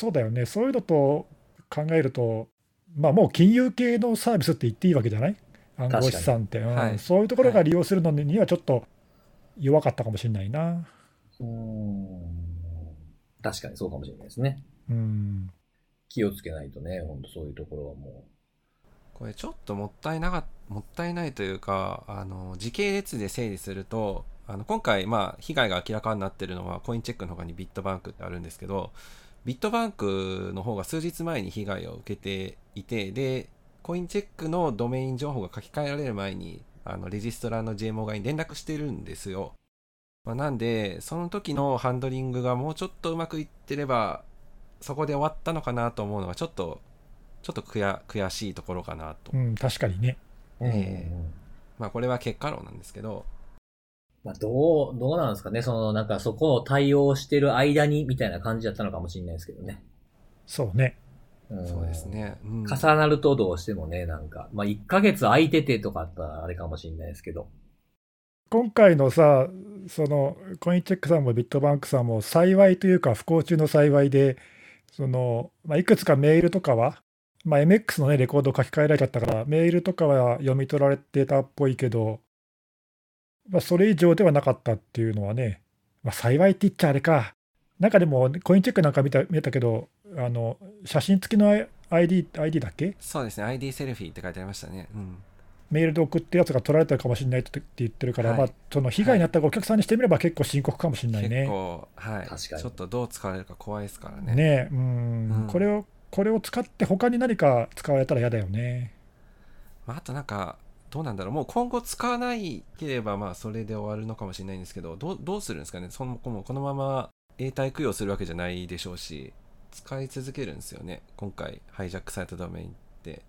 Speaker 2: そうだよね、そういうのと考えると、まあ、もう金融系のサービスって言っていいわけじゃない暗号資産って、うん
Speaker 3: はい
Speaker 2: そういうところが利用するのにはちょっと弱かったかもしれないな。
Speaker 1: うん確かにそうかもしれないですね。
Speaker 2: うん、
Speaker 1: 気をつけないとね、ほんとそういうところはも
Speaker 3: これちょっともったいなかもったいないというかあの時系列で整理するとあの今回まあ被害が明らかになってるのはコインチェックの他にビットバンクってあるんですけどビットバンクの方が数日前に被害を受けていてでコインチェックのドメイン情報が書き換えられる前にあのレジストラの JMO 側に連絡してるんですよ、まあ、なんでその時のハンドリングがもうちょっとうまくいってればそこで終わったのかなと思うのがちょっとちょっと悔や悔しいところかなと
Speaker 2: うん、確かにね。
Speaker 1: う。
Speaker 3: ええ
Speaker 1: うん
Speaker 3: まあこれは結果論なんですけど、
Speaker 1: まあ、どう、どうなんですかね。その、なんかそこを対応してる間に、みたいな感じだったのかもしれないですけどね。
Speaker 2: そうね。
Speaker 1: うん
Speaker 3: そうです。ね。うん
Speaker 1: 重なるとどうしてもね、なんか、まあ、1ヶ月空いててとかあったらあれかもしれないですけど。
Speaker 2: 今回のさ、そのコインチェックさんもビットバンクさんも幸いというか不幸中の幸いで、そのまあ、いくつかメールとかは、まあ、MX の、ね、レコード書き換えられちゃったから、メールとかは読み取られてたっぽいけど、まあ、それ以上ではなかったっていうのはね、まあ、幸いって言っちゃあれか。なんかでも、コインチェックなんか見た見えたけど、あの写真付きの ID, ID だっけ
Speaker 3: そうですね。ID セルフィーって書いてありましたね。うん。
Speaker 2: メールで送ってるやつが取られたかもしれないって言ってるから、
Speaker 3: はい
Speaker 2: まあ、その被害になったお客さんにしてみれば結構深刻かもしれない
Speaker 3: 結
Speaker 2: ね。
Speaker 3: 構、はい。
Speaker 1: 確かに
Speaker 3: ちょっとどう使われるか怖いですからね。
Speaker 2: ねえうん
Speaker 3: うん
Speaker 2: これをこれを使って他に何か使われたら嫌だよね。
Speaker 3: まあ、あとなんか、どうなんだろう。もう今後使わないければ、まあそれで終わるのかもしれないんですけど、どうどうするんですかね。そのもうこのまま永代供養するわけじゃないでしょうし、使い続けるんですよね。今回、ハイジャックされたドメインって。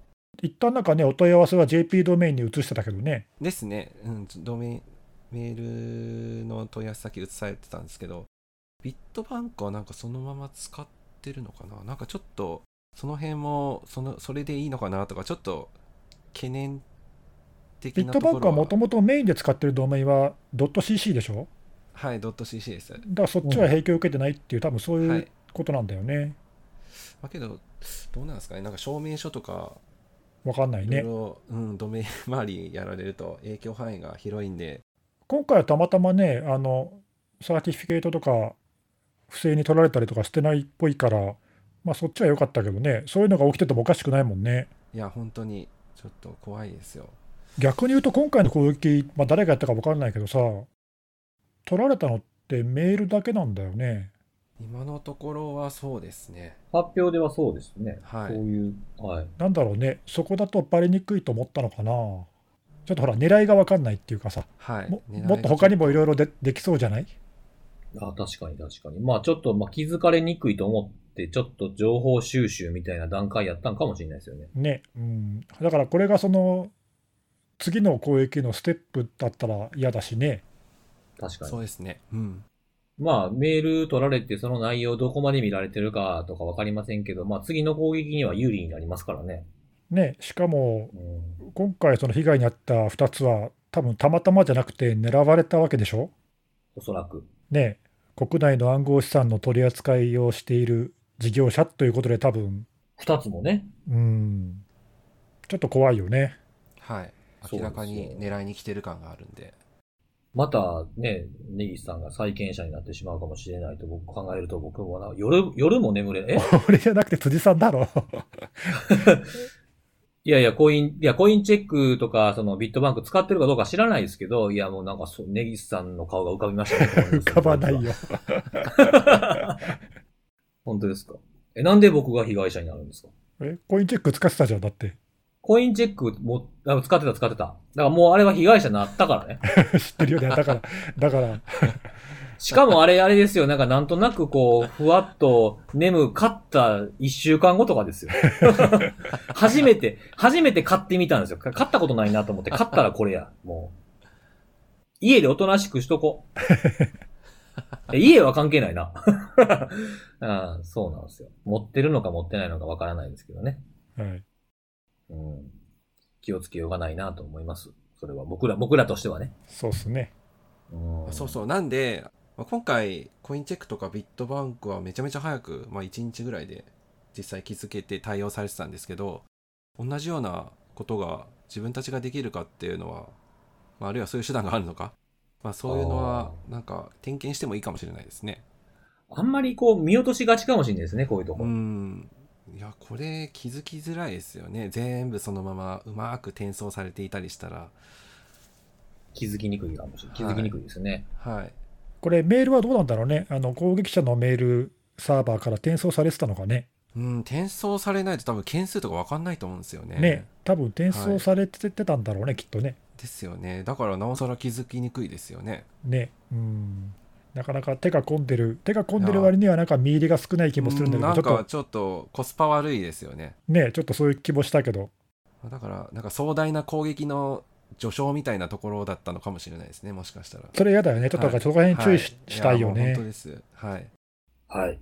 Speaker 2: 一旦なんかね、お問い合わせは JP ドメインに移してたけどね。
Speaker 3: ですね、うん、ドメインメールの問い合わせ先移されてたんですけど、ビットバンクはなんかそのまま使ってるのかななんかちょっと、その辺もその、それでいいのかなとか、ちょっと懸念
Speaker 2: ビ
Speaker 3: 的
Speaker 2: ッ
Speaker 3: な
Speaker 2: ト
Speaker 3: とこ
Speaker 2: バ
Speaker 3: ろは
Speaker 2: ンクはもともとメインで使ってるドメインは .cc でしょ
Speaker 3: はい、ドット .cc です。
Speaker 2: だからそっちは影響を受けてないっていう、多分そう。
Speaker 3: はいいう
Speaker 2: ことなんだよね。
Speaker 3: まあ、けど、どうなんですかねなんか証明書とか、
Speaker 2: わかんない
Speaker 3: いろい
Speaker 2: ね。
Speaker 3: ろ、うん、ドメイン周りやられると影響範囲が広いんで、
Speaker 2: 今回はたまたまね、あの、サーティフィケートとか、不正に取られたりとかしてないっぽいから、まあそっちは良かったけどね、そういうのが起きててもおかしくないもんね。
Speaker 3: いや、本当にちょっと怖いですよ。
Speaker 2: 逆に言うと、今回の攻撃、まあ誰がやったか分からないけどさ、取られたのってメールだけなんだよね。
Speaker 3: 今のところはそうですね。
Speaker 1: 発表ではそうですね。
Speaker 3: はい
Speaker 1: そういう、はい。
Speaker 2: なんだろうね、そこだとバレにくいと思ったのかな。ちょっとほら、狙いが分かんないっていうかさ、
Speaker 3: はい。
Speaker 2: も
Speaker 3: 狙いが
Speaker 2: もっと他にもいろいろでできそうじゃない
Speaker 1: あ確かに確かに。まあちょっと、まあ気づかれにくいと思って、ちょっと情報収集みたいな段階やったんかもしれないですよね。
Speaker 2: ね、うん、だからこれがその次の攻撃のステップだったら嫌だしね、
Speaker 1: 確か
Speaker 3: そう
Speaker 1: に。
Speaker 3: ですね。うん。
Speaker 1: まあメール取られて、その内容どこまで見られてるかとかわかりませんけど、まあ次の攻撃には有利になりますからね。
Speaker 2: ねしかも
Speaker 1: うん
Speaker 2: 今回、その被害に遭った2つは、多分たまたまじゃなくて、狙われたわけでしょ、
Speaker 1: おそらく。
Speaker 2: ね、国内の暗号資産の取り扱いをしている事業者ということで、多分
Speaker 1: 二つもね。
Speaker 2: うん、ちょっと怖いよね。
Speaker 3: はい。
Speaker 1: そうですよ
Speaker 3: 明らかに狙いに来てる感があるんで。
Speaker 1: またね、ネギスさんが債権者になってしまうかもしれないと僕考えると僕もな、夜、夜も眠れ、え
Speaker 2: 俺じゃなくて辻さんだろ。
Speaker 1: いやいや、コイン、いや、コインチェックとか、そのビットバンク使ってるかどうか知らないですけど、いや、もうなんかそう、ネギスさんの顔が浮かびましたね。
Speaker 2: 浮かばないよ。
Speaker 1: 本当ですか。え、なんで僕が被害者になるんですか
Speaker 2: え、コインチェック使ってたじゃん、だって。
Speaker 1: コインチェックも、あ使ってた使ってた。だからもうあれは被害者になったからね。
Speaker 2: 知ってるよね。だから、だから、
Speaker 1: しかもあれ、あれですよ。なんかなんとなくこう、ふわっと眠買った一週間後とかですよ。 初めて、初めて買ってみたんですよ。買ったことないなと思って、買ったらこれや。もう。家でおとなしくしとこ。え家は関係ない な、うんそうなんですよ。持ってるのか持ってないのかわからないですけどね。
Speaker 2: はい。
Speaker 1: うん。気をつけようがないなと思います。それは僕ら、僕らとしてはね。
Speaker 2: そうっすね。
Speaker 1: うん
Speaker 3: そうそう。なんで、まあ今回、コインチェックとかビットバンクはめちゃめちゃ早く、まあ1日ぐらいで実際気づけて対応されてたんですけど、同じようなことが自分たちができるかっていうのは、まああるいはそういう手段があるのか、まあそういうのは、なんか点検してもいいかもしれないですね。
Speaker 1: あんまりこう見落としがちかもしれないですね、こういうとこ。
Speaker 3: うん。いや、これ気づきづらいですよね。全部そのままうまく転送されていたりしたら、
Speaker 1: 気づきにくいかもしれない。気づきにくいですね。
Speaker 3: はい。
Speaker 2: これ、メールはどうなんだろうね。あの、攻撃者のメールサーバーから転送されてたのかね。
Speaker 3: うん、転送されないと多分件数とか分かんないと思うんですよね。
Speaker 2: ね、多分転送されてたんだろうね、きっとね。
Speaker 3: ですよね。だからなおさら気づきにくいですよね。
Speaker 2: ね。うん。なかなか手が込んでる、手が込んでる割には、なんか見入りが少ない気もするんだけ
Speaker 3: う
Speaker 2: ど、
Speaker 3: ん
Speaker 2: ちょっ
Speaker 3: なん
Speaker 2: と
Speaker 3: かちょっとコスパ悪いですよね。
Speaker 2: ね、ちょっとそういう気もしたけど、
Speaker 3: だから、なんか壮大な攻撃の序章みたいなところだったのかもしれないですね、もしかしたら。
Speaker 2: それ嫌だよね。ちょっとだからそこら辺注意し,、
Speaker 3: はい
Speaker 2: たいよ
Speaker 3: やもう
Speaker 2: ね
Speaker 3: 本当。です。はい。
Speaker 1: はい。あ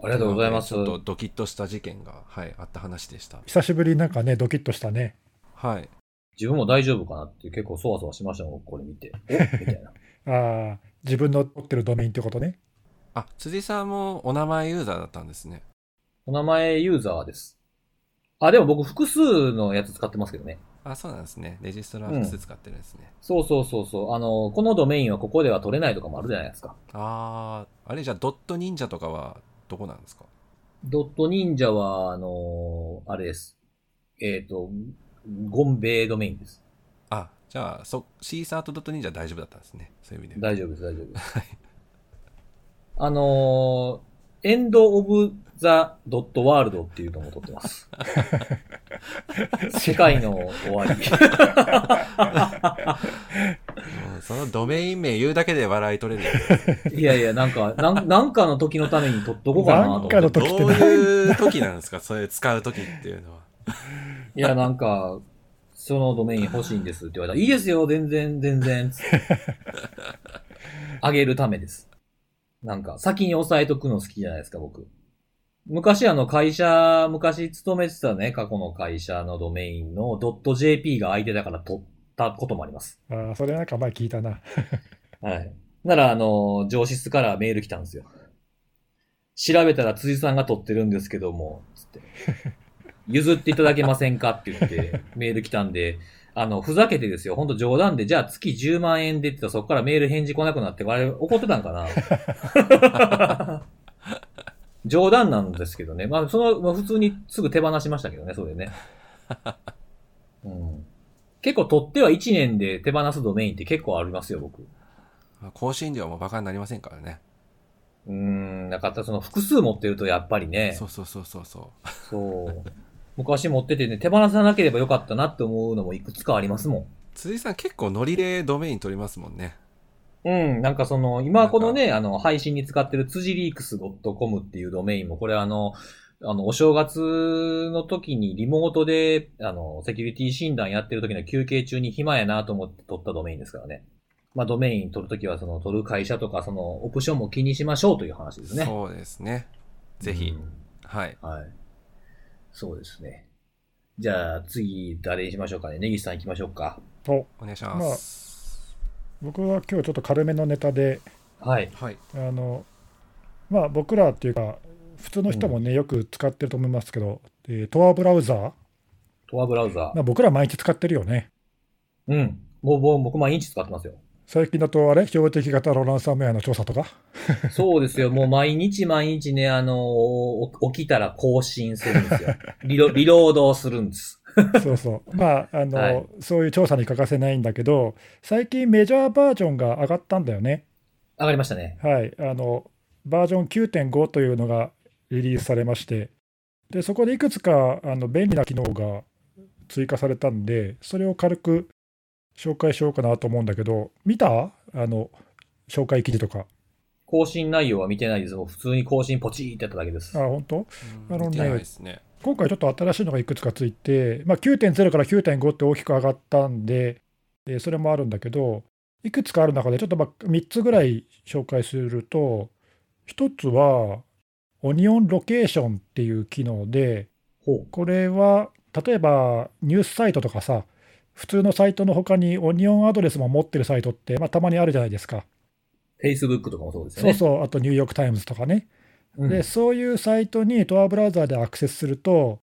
Speaker 3: あ
Speaker 1: りがとうございます。
Speaker 3: ちょっとドキッとした事件が、はい、あった話でした。
Speaker 2: 久しぶりになんかね、ドキッとしたね。
Speaker 3: はい。
Speaker 1: 自分も大丈夫かなって結構そわそわしましたもん、これ見て。おみたいな。
Speaker 2: ああ、自分の持ってるドメインってことね。
Speaker 3: あ、辻さんもお名前ユーザーだったんですね。
Speaker 1: お名前ユーザーです。あ、でも僕複数のやつ使ってますけどね。
Speaker 3: あ、そうなんですね。レジストラー複数使ってるんですね。
Speaker 1: そうそうそうそう。あの、このドメインはここでは取れないとかもあるじゃないですか。
Speaker 3: あー、あれじゃあドット忍者とかはどこなんですか
Speaker 1: ドット忍者は、あの、あれです。えっ、と、ゴンベイドメインです。
Speaker 3: あ、じゃあ、そ、シーサーとドット忍者大丈夫だったんですね。そういう意味で。
Speaker 1: 大丈夫です、大丈夫です。あのーエンド・オブ・ザ・ドット・ワールドっていうのも撮ってます。世界の終わり。
Speaker 3: うんそのドメイン名言うだけで笑い取れる。
Speaker 1: いやいや、なんか、なんなんかの時のために撮っとこうかなと思って
Speaker 2: なんかの時って
Speaker 3: どういう時なん ですかそれ使う時っていうのは。
Speaker 1: いや、なんか、そのドメイン欲しいんですって言われたら、いいですよ、全然、全然。つってあげるためです。なんか、先に押さえとくの好きじゃないですか、僕。昔あの会社、昔勤めてたね、過去の会社のドメインの .jp が空いてたから取ったこともあります。
Speaker 2: ああ、それなんか前聞いたな。
Speaker 1: はい。なら、あの、上司室からメール来たんですよ。調べたら辻さんが取ってるんですけども、つって。譲っていただけませんかって言って、メール来たんで、あの、ふざけてですよ。ほんと冗談で、じゃあ月10万円でって言ったらそこからメール返事来なくなって、我々怒ってたんかな 冗談なんですけどね。まあ、その、まあ、普通にすぐ手放しましたけどね、それね。うん、結構取っては1年で手放すドメインって結構ありますよ、僕。
Speaker 3: まあ更新料もバカになりませんからね。
Speaker 1: うーん、なかった。その複数持ってるとやっぱりね。
Speaker 3: そうそうそうそうそ
Speaker 1: そう。昔持っててね、手放さなければよかったなって思うのもいくつかありますも
Speaker 3: う。辻さん結構ノリでドメイン取りますもんね。
Speaker 1: ん。うん、なんかその、今このね、あの、配信に使ってる辻リークス .com っていうドメインも、これあの、あの、お正月の時にリモートで、あの、セキュリティ診断やってる時の休憩中に暇やなと思って取ったドメインですからね。まあ、ドメイン取るときは、その、取る会社とか、その、オプションも気にしましょうという話ですね。
Speaker 3: そうですね。ぜひ。
Speaker 1: うん
Speaker 3: はい。
Speaker 1: はい。そうですね。じゃあ、次、誰にしましょうかね。根岸さん行きましょうか。
Speaker 2: と、
Speaker 3: お願いします。
Speaker 2: 僕は今日ちょっと軽めのネタで、
Speaker 1: はい。
Speaker 3: はい。
Speaker 2: あの、まあ僕らっていうか、普通の人もね、よく使ってると思いますけど、えートアブラウザー、
Speaker 1: トアブラウザ
Speaker 2: まあ、僕ら毎日使ってるよね。
Speaker 1: ー。うん。もう、もう僕、毎日使って ますよ。
Speaker 2: 最近だとあれ標的型ロランサムウェアの調査 とか
Speaker 1: そうですよ。もう毎日毎日ね、あのーお起きたら更新するんですよ。リロリロードをするんです。
Speaker 2: そうそう。まあ、あの、
Speaker 1: はい
Speaker 2: そういう調査に欠かせないんだけど、最近メジャーバージョンが上がったんだよね。
Speaker 1: 上がりましたね。
Speaker 2: はい。あの、バージョン9.5というのがリリースされまして、で、そこでいくつか、あの、便利な機能が追加されたんで、それを軽く紹介しようかなと思うんだけど、見たあの、紹介記事とか。
Speaker 1: 更新内容は見てないです。もう普通に更新ポチーってやっただけです
Speaker 2: あ、。本当
Speaker 3: う
Speaker 2: あの
Speaker 3: ん
Speaker 2: ね
Speaker 3: 見てないですね。
Speaker 2: 今回ちょっと新しいのがいくつかついて、まあ、9.0から9.5って大きく上がったんで、えーそれもあるんだけど、いくつかある中で、ちょっとまあ3つぐらい紹介すると、1つは、オニオンロケーションっていう機能で、
Speaker 1: ほ
Speaker 2: これは例えばニュースサイトとかさ、普通のサイトの他にオニオンアドレスも持ってるサイトって、まあ、たまにあるじゃないですか。
Speaker 1: う。Facebook とかもそうですよ
Speaker 2: そう
Speaker 1: ね。
Speaker 2: そう、あとニューヨーク・タイムズとかね。
Speaker 1: うん
Speaker 2: で、そういうサイトに Tor ブラウザーでアクセスすると、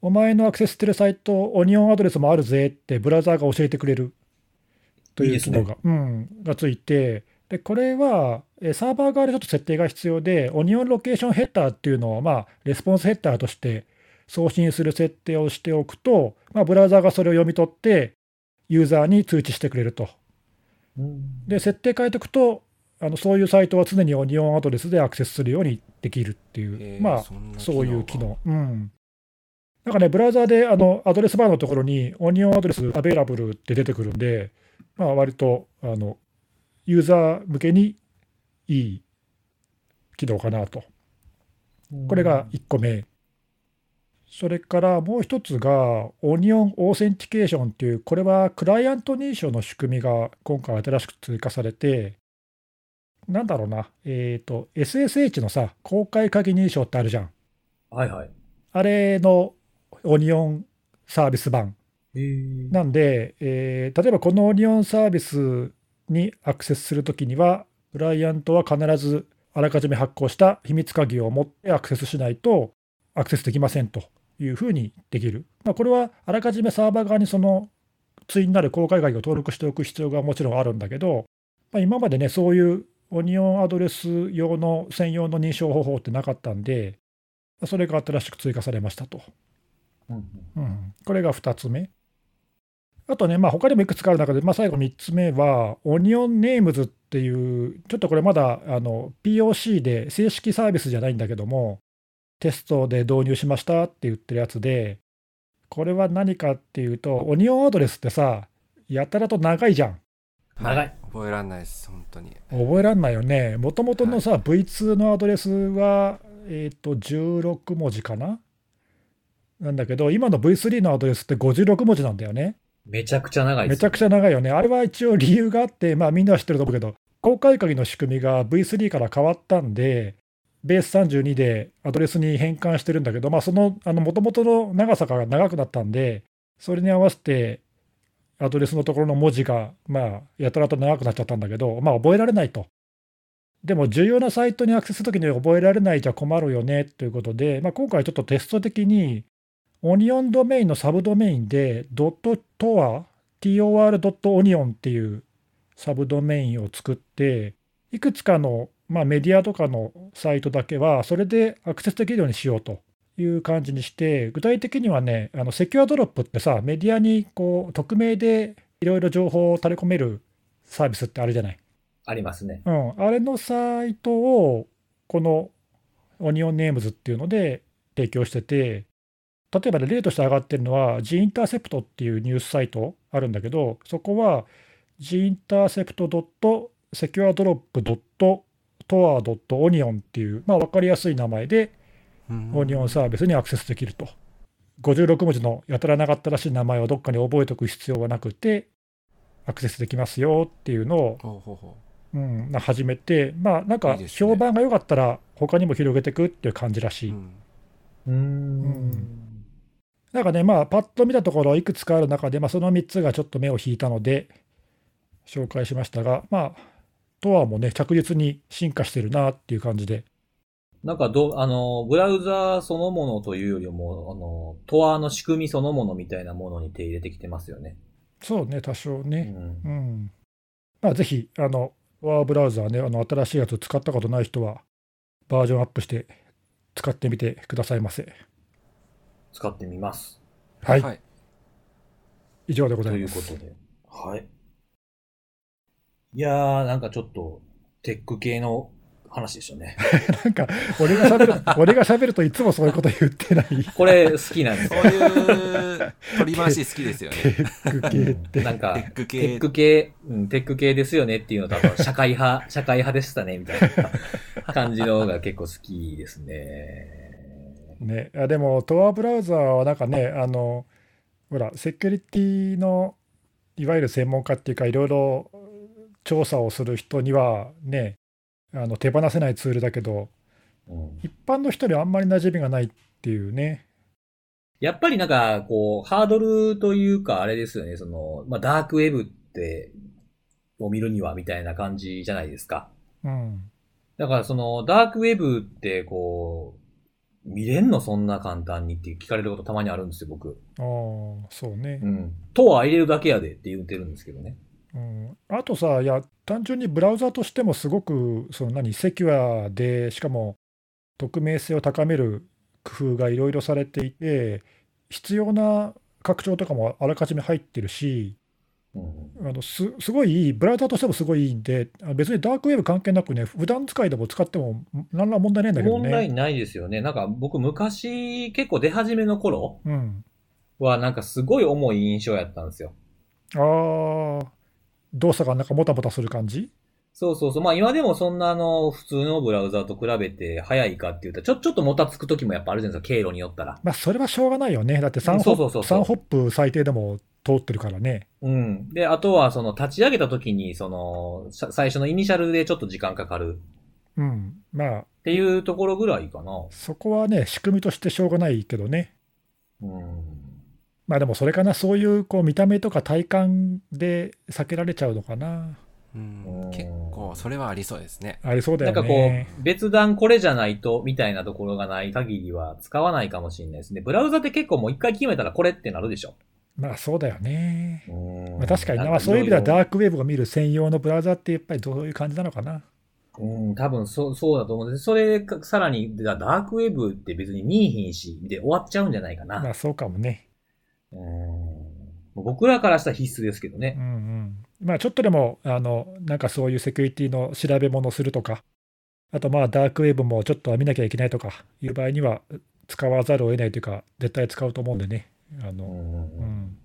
Speaker 2: お前のアクセスしてるサイト、オニオンアドレスもあるぜってブラウザーが教えてくれると
Speaker 1: いい
Speaker 2: いう
Speaker 1: で
Speaker 2: 機
Speaker 1: すね
Speaker 2: 能がうん、がついて、でこれはえーサーバー側でちょっと設定が必要で、オニオンロケーションヘッダーっていうのを、まあ、レスポンスヘッダーとして送信する設定をしておくと、まあ、ブラウザーがそれを読み取って、ユーザーに通知してくれると。
Speaker 1: うん
Speaker 2: で、設定変えておくと、あのそういうサイトは常にオニオンアドレスでアクセスするようにできるってい
Speaker 3: え
Speaker 2: う、
Speaker 3: ー
Speaker 2: まあ、
Speaker 3: そんな
Speaker 2: そういう機
Speaker 3: が
Speaker 2: 能。うん。なんかね、ブラウザーであのアドレスバーのところに、オニオンアドレスアベラブルって出てくるんで、まあ、割とあのユーザー向けにいい機能かなと。これが1個目。それからもう一つが、オニオンオーセンティケーションっていう、これはクライアント認証の仕組みが今回新しく追加されて、なんだろうな、えっ、と、SSH のさ、公開鍵認証ってあるじゃん。
Speaker 1: はいはい。
Speaker 2: あれのオニオンサービス版。
Speaker 1: えー
Speaker 2: なんで、えー例えばこのオニオンサービスにアクセスするときには、クライアントは必ずあらかじめ発行した秘密鍵を持ってアクセスしないとアクセスできませんというふうにできる。まあ、これはあらかじめサーバー側にその対になる公開鍵を登録しておく必要がもちろんあるんだけど、まあ、今までね、そういうオニオンアドレス用の専用の認証方法ってなかったんで、まあそれが新しく追加されましたと。
Speaker 1: うんうん
Speaker 2: うん、これが2つ目。あとね、まあ、他にもいくつかある中で、まあ、最後3つ目は、オニオンネームズっていう、ちょっとこれまだあの POC で正式サービスじゃないんだけども、テストで導入しましたって言ってるやつで、これは何かっていうと、オニオンアドレスってさ、やたらと長いじゃん。
Speaker 1: 長い。
Speaker 3: 覚えらんないです、本当に。
Speaker 2: 覚えらんないよね。もともとのさ、V2 のアドレスは、えっ、と、16文字かななんだけど、今の V3 のアドレスって56文字なんだよね。
Speaker 1: めちゃくちゃ長いで
Speaker 2: め
Speaker 1: す。
Speaker 2: ちゃくちゃ長いよね。あれは一応理由があって、まあみんなは知ってると思うけど、公開鍵の仕組みが V3 から変わったんで、ベース32でアドレスに変換してるんだけど、まあその、あの、もともとの長さが長くなったんで、それに合わせて、アドレスのところの文字が、まあ、やたらと長くなっちゃったんだけど、まあ覚えられないと。でも重要なサイトにアクセスするときに覚えられないじゃ困るよねということで、まあ、今回ちょっとテスト的に、オニオンドメインのサブドメインで、ドットトア tor.onion っていうサブドメインを作って、いくつかの、まあ、メディアとかのサイトだけは、それでアクセスできるようにしようという感じにして、具体的にはね、あのセキュアドロップってさ、メディアにこう匿名でいろいろ情報を垂れ込めるサービスってあるじゃない。
Speaker 1: ありますね。
Speaker 2: うん、あれのサイトを、このオニオンネームズっていうので提供してて、例えばね例として上がってるのは、G インターセプトっていうニュースサイトあるんだけど、そこは G インターセプト .securedrop.tor.onion っていう、まあ、分かりやすい名前でオニオンサービスにアクセスできると。56文字のやたらなかったらしい名前をどっかに覚えておく必要はなくて、アクセスできますよっていうのを
Speaker 3: ほうほうほ
Speaker 2: うん、な始めて、まあ、なん
Speaker 3: い
Speaker 2: か
Speaker 3: いですね
Speaker 2: 評判が良かったら、他にも広げていくっていう感じら
Speaker 3: う。
Speaker 2: しい。
Speaker 3: うん
Speaker 1: うーん
Speaker 2: ん。なんかね、まあ、パッと見たところ、いくつかある中で、まあ、その3つがちょっと目を引いたので、紹介しましたが、まあ、トアもね、着実に進化してるなっていう感じで、
Speaker 1: なんかど、あの、ブラウザーそのものというよりも、あの、トアの仕組みそのものみたいなものに手入れてきてますよね。
Speaker 2: そうね、多少
Speaker 1: う
Speaker 2: ね。
Speaker 1: ん
Speaker 2: う。ん。まあ、ぜひ、あの、トアブラウザーね、あの、新しいやつ使ったことない人は、バージョンアップして、使ってみてくださいませ。
Speaker 1: 使ってみます。
Speaker 2: はい。
Speaker 3: はい。
Speaker 2: 以上でご
Speaker 1: と
Speaker 2: ざい
Speaker 1: いう
Speaker 2: ま
Speaker 1: こ
Speaker 2: す
Speaker 1: と。で。はい。いやー、なんかちょっと、テック系の話でしたね。
Speaker 2: なんか、俺が喋る、俺が喋るといつもそういうこと言ってない。
Speaker 1: これ好きなんです
Speaker 3: そ
Speaker 1: よ
Speaker 3: う。いう取り回し好きですよ
Speaker 2: テ
Speaker 3: ね。
Speaker 2: ック系って。
Speaker 1: なんか
Speaker 3: テ、ッ
Speaker 1: テ
Speaker 3: ク系
Speaker 1: ッ。ク系、うん、テック系ですよねっていうのと、あ と社会派、社会派でしたね、みたいな感じのが結構好きですね。
Speaker 2: ね、あでも、Tor ブラウザーはなんかね、あの、ほら、セキュリティのいわゆる専門家っていうか、いろいろ調査をする人にはね、あの手放せないツールだけど、
Speaker 1: うん
Speaker 2: 一般の人にはあんまり馴染みがないっていうね。
Speaker 1: やっぱりなんか、こう、ハードルというか、あれですよね、その、まあ、ダークウェブって、を見るには、みたいな感じじゃないですか。
Speaker 2: うん。
Speaker 1: だからその、ダークウェブって、こう、見れんのそんな簡単にって聞かれることたまにあるんですよ、僕。
Speaker 2: ああ、そうね
Speaker 1: う。ん。とは入れるだけやでって言ってるんですけどね。
Speaker 2: うん、あとさ、いや、単純にブラウザとしてもすごく、その何、セキュアで、しかも匿名性を高める工夫がいろいろされていて、必要な拡張とかもあらかじめ入ってるし、
Speaker 1: うん。
Speaker 2: あのすすごいいい、ブラウザとしてもすごいいいんで、あ別にダークウェブ関係なくね、普段使いでも使っても、何ら問題ないんだけど
Speaker 1: 問題
Speaker 2: ね。
Speaker 1: ないですよね。なんか僕昔結構出始めの頃
Speaker 2: うん、
Speaker 1: はなんかすごい重い印象やったんですよ。
Speaker 2: ああ、動作がなんかもたもたする感じ
Speaker 1: そうそうそう。まあ今でもそんなあの普通のブラウザーと比べて早いかって言ったらちょ、ちょっともたつく時もやっぱあるじゃないですか。経路によったら。
Speaker 2: まあ、それはしょうがないよね。だって3ホ
Speaker 1: そうそうそ
Speaker 2: ッ
Speaker 1: う
Speaker 2: プ、
Speaker 1: そう
Speaker 2: 3ホップ最低でも通ってるからね。
Speaker 1: うん。で、あとはその立ち上げた時にそのさ最初のイニシャルでちょっと時間かかる
Speaker 2: うん。まあ、
Speaker 1: っていうところぐらいかな。
Speaker 2: そこはね、仕組みとしてしょうがないけどね。
Speaker 1: うん。
Speaker 2: まあでもそれかな、そういうこう見た目とか体感で避けられちゃうのかな。
Speaker 3: うん結構、それはありそうですね。
Speaker 2: ありそうだ
Speaker 1: なん
Speaker 2: よ
Speaker 1: かこ
Speaker 2: ね。
Speaker 1: う、別段これじゃないと、みたいなところがない限りは使わないかもしれないですね。ブラウザって結構もう一回決めたらこれってなるでしょ。
Speaker 2: まあそうだよね。
Speaker 1: ま
Speaker 2: まあ、確かにな、まあ、そういう意味ではダークウェブが見る専用のブラウザってやっぱりどういう感じなのかな。
Speaker 1: うん、多分そそうだと思うんです。それか、さらに、だダークウェブって別に見えひんし、で終わっちゃうんじゃないかな。
Speaker 2: まあそうかもね。
Speaker 1: うんもう僕らからしたら必須ですけど
Speaker 2: う
Speaker 1: ね。
Speaker 2: んうん。まあちょっとでも、あの、なんかそういうセキュリティの調べ物をするとか、あとまあダークウェブもちょっとは見なきゃいけないとかいう場合には使わざるを得ないというか、絶対使うと思うんでね。あ
Speaker 1: う
Speaker 2: の、
Speaker 1: ん
Speaker 2: うん。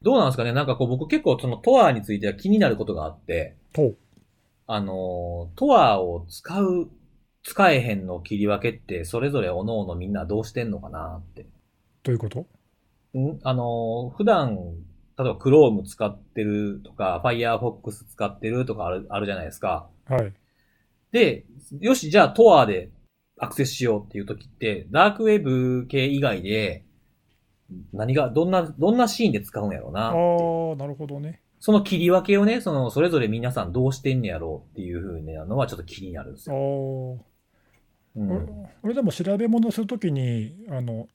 Speaker 1: どうなんですかねなんかこう僕結構そのトアについては気になることがあって、
Speaker 2: と、
Speaker 1: あのー、トアを使う、使えへんの切り分けって、それぞれ各々みんなどうしてんのかなって。
Speaker 2: どういうこと
Speaker 1: んあのー、普段、例えば Chrome 使ってるとか、Firefox 使ってるとかあるあるじゃないですか。
Speaker 2: はい。
Speaker 1: で、よし、じゃあ Tor でアクセスしようっていう時って、ダークウェブ系以外で、何が、どんな、どんなシーンで使うんやろう
Speaker 2: あ
Speaker 1: な
Speaker 2: あ
Speaker 1: っていう。
Speaker 2: ー、なるほどね。
Speaker 1: その切り分けをね、その、それぞれ皆さんどうしてんねやろうっていう風なのはちょっと気になるんです
Speaker 2: ああ、
Speaker 1: よ。うん
Speaker 2: 俺俺でも調べ物するときに、あの、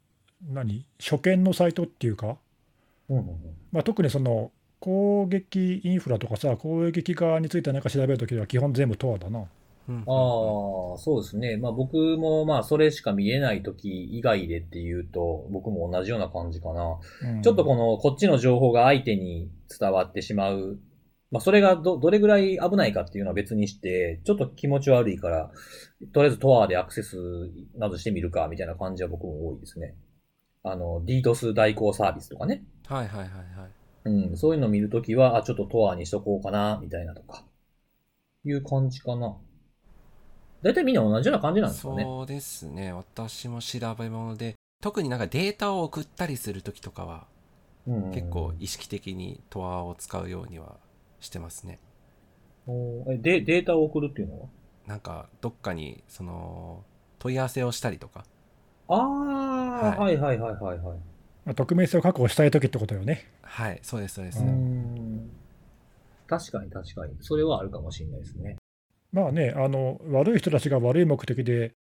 Speaker 2: 何初見のサイトっていうか、
Speaker 1: うんうんうん
Speaker 2: まあ、特にその攻撃インフラとかさ、攻撃側についてなんか調べるときは基本全部 TOR だな。
Speaker 3: うん
Speaker 1: ああ、そうですね。まあ僕もまあそれしか見えない時以外でっていうと、僕も同じような感じかな。
Speaker 2: うん
Speaker 1: ちょっとこの、こっちの情報が相手に伝わってしまう。まあそれがど、どれぐらい危ないかっていうのは別にして、ちょっと気持ち悪いから、とりあえず TOR でアクセスなどしてみるか、みたいな感じは僕も多いですね。あの、DDoS 代行サービスとかね。
Speaker 3: はいはいはいはい。
Speaker 1: うん、そういうの見るときは、あ、ちょっと TOR にしとこうかな、みたいなとか。いう感じかな。だいたいみんな同じような感じなんですかね。
Speaker 3: そうですね。私も調べ物で、特になんかデータを送ったりするときとかは、
Speaker 1: うん
Speaker 3: 結構意識的にトアを使うようにはしてますね。
Speaker 1: おーえで、データを送るっていうのは
Speaker 3: なんか、どっかに、その、問い合わせをしたりとか。
Speaker 1: ああー、
Speaker 3: は
Speaker 1: はい、はいはいはいはい。
Speaker 2: まあ匿名性を確保したいときってことよね。
Speaker 3: はい、そうです、そうで
Speaker 1: う
Speaker 3: す。
Speaker 1: ん。確かに確かに。それはあるかもしれないですね。
Speaker 2: まあね、あの、悪い人たちが悪い目的で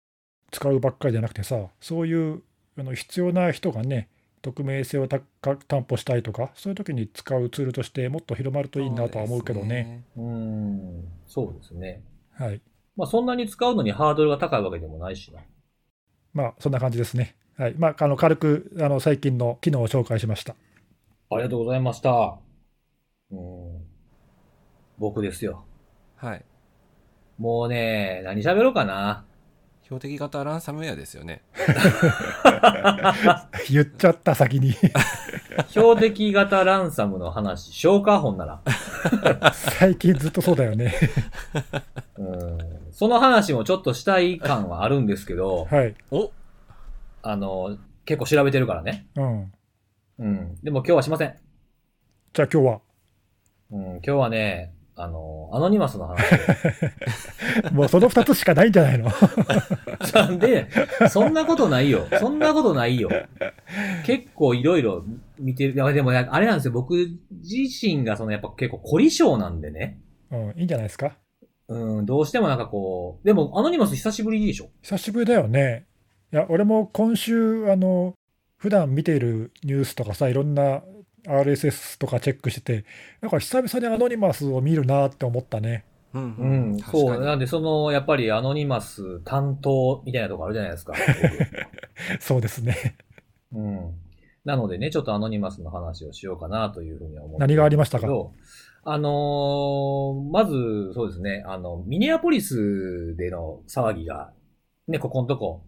Speaker 2: 使うばっかりじゃなくてさ、そういうあの必要な人がね、匿名性をたか担保したいとか、そういうときに使うツールとしてもっと広まるといいなとは思うけどね。
Speaker 1: うん。そうですね。
Speaker 2: はい。
Speaker 1: まあそんなに使うのにハードルが高いわけでもないしな。
Speaker 2: まあ、そんな感じですね。はい。まあ、あの軽くあの最近の機能を紹介しました。
Speaker 1: ありがとうございました。うん、僕ですよ。
Speaker 3: はい。
Speaker 1: もうね、何喋ろうかな。
Speaker 3: 標的型ランサムウェアですよね。
Speaker 2: 言っちゃった先に
Speaker 1: 標的型ランサムの話、消化本なら。
Speaker 2: 最近ずっとそうだよね
Speaker 1: うん、その話もちょっとしたい感はあるんですけど、
Speaker 2: はい、
Speaker 3: お
Speaker 1: あの、結構調べてるからね。
Speaker 2: うん、
Speaker 1: うん。でも今日はしません。
Speaker 2: じゃあ今日は
Speaker 1: うん、今日はね、あの、アノニマスの話を
Speaker 2: もうその2つしかないんじゃないの
Speaker 1: したんで、そんなことないよ。そんなことないよ。結構いろいろ見てる。いやでもね、あれなんですよ。僕自身がそのやっぱ結構凝り性なんでね。
Speaker 2: うん、いいんじゃないですか
Speaker 1: うん、どうしてもなんかこう、でもアノニマス久しぶりでしょ
Speaker 2: 久しぶりだよねいや俺も今週あの普段見ているニュースとかさいろんな RSS とかチェックしててなんか久々にアノニマスを見るなって思ったね
Speaker 3: うん
Speaker 1: う
Speaker 3: うん。
Speaker 1: ん、
Speaker 3: 確かに
Speaker 1: そう。なんでその、やっぱりアノニマス担当みたいなとこあるじゃないですか。
Speaker 2: そうですね
Speaker 1: 僕うん。なのでね、ちょっとアノニマスの話をしようかなというふうには思って
Speaker 2: 何がありましたか
Speaker 1: けどあのーまず、そうですね、あの、ミネアポリスでの騒ぎが、ね、ここのとこ、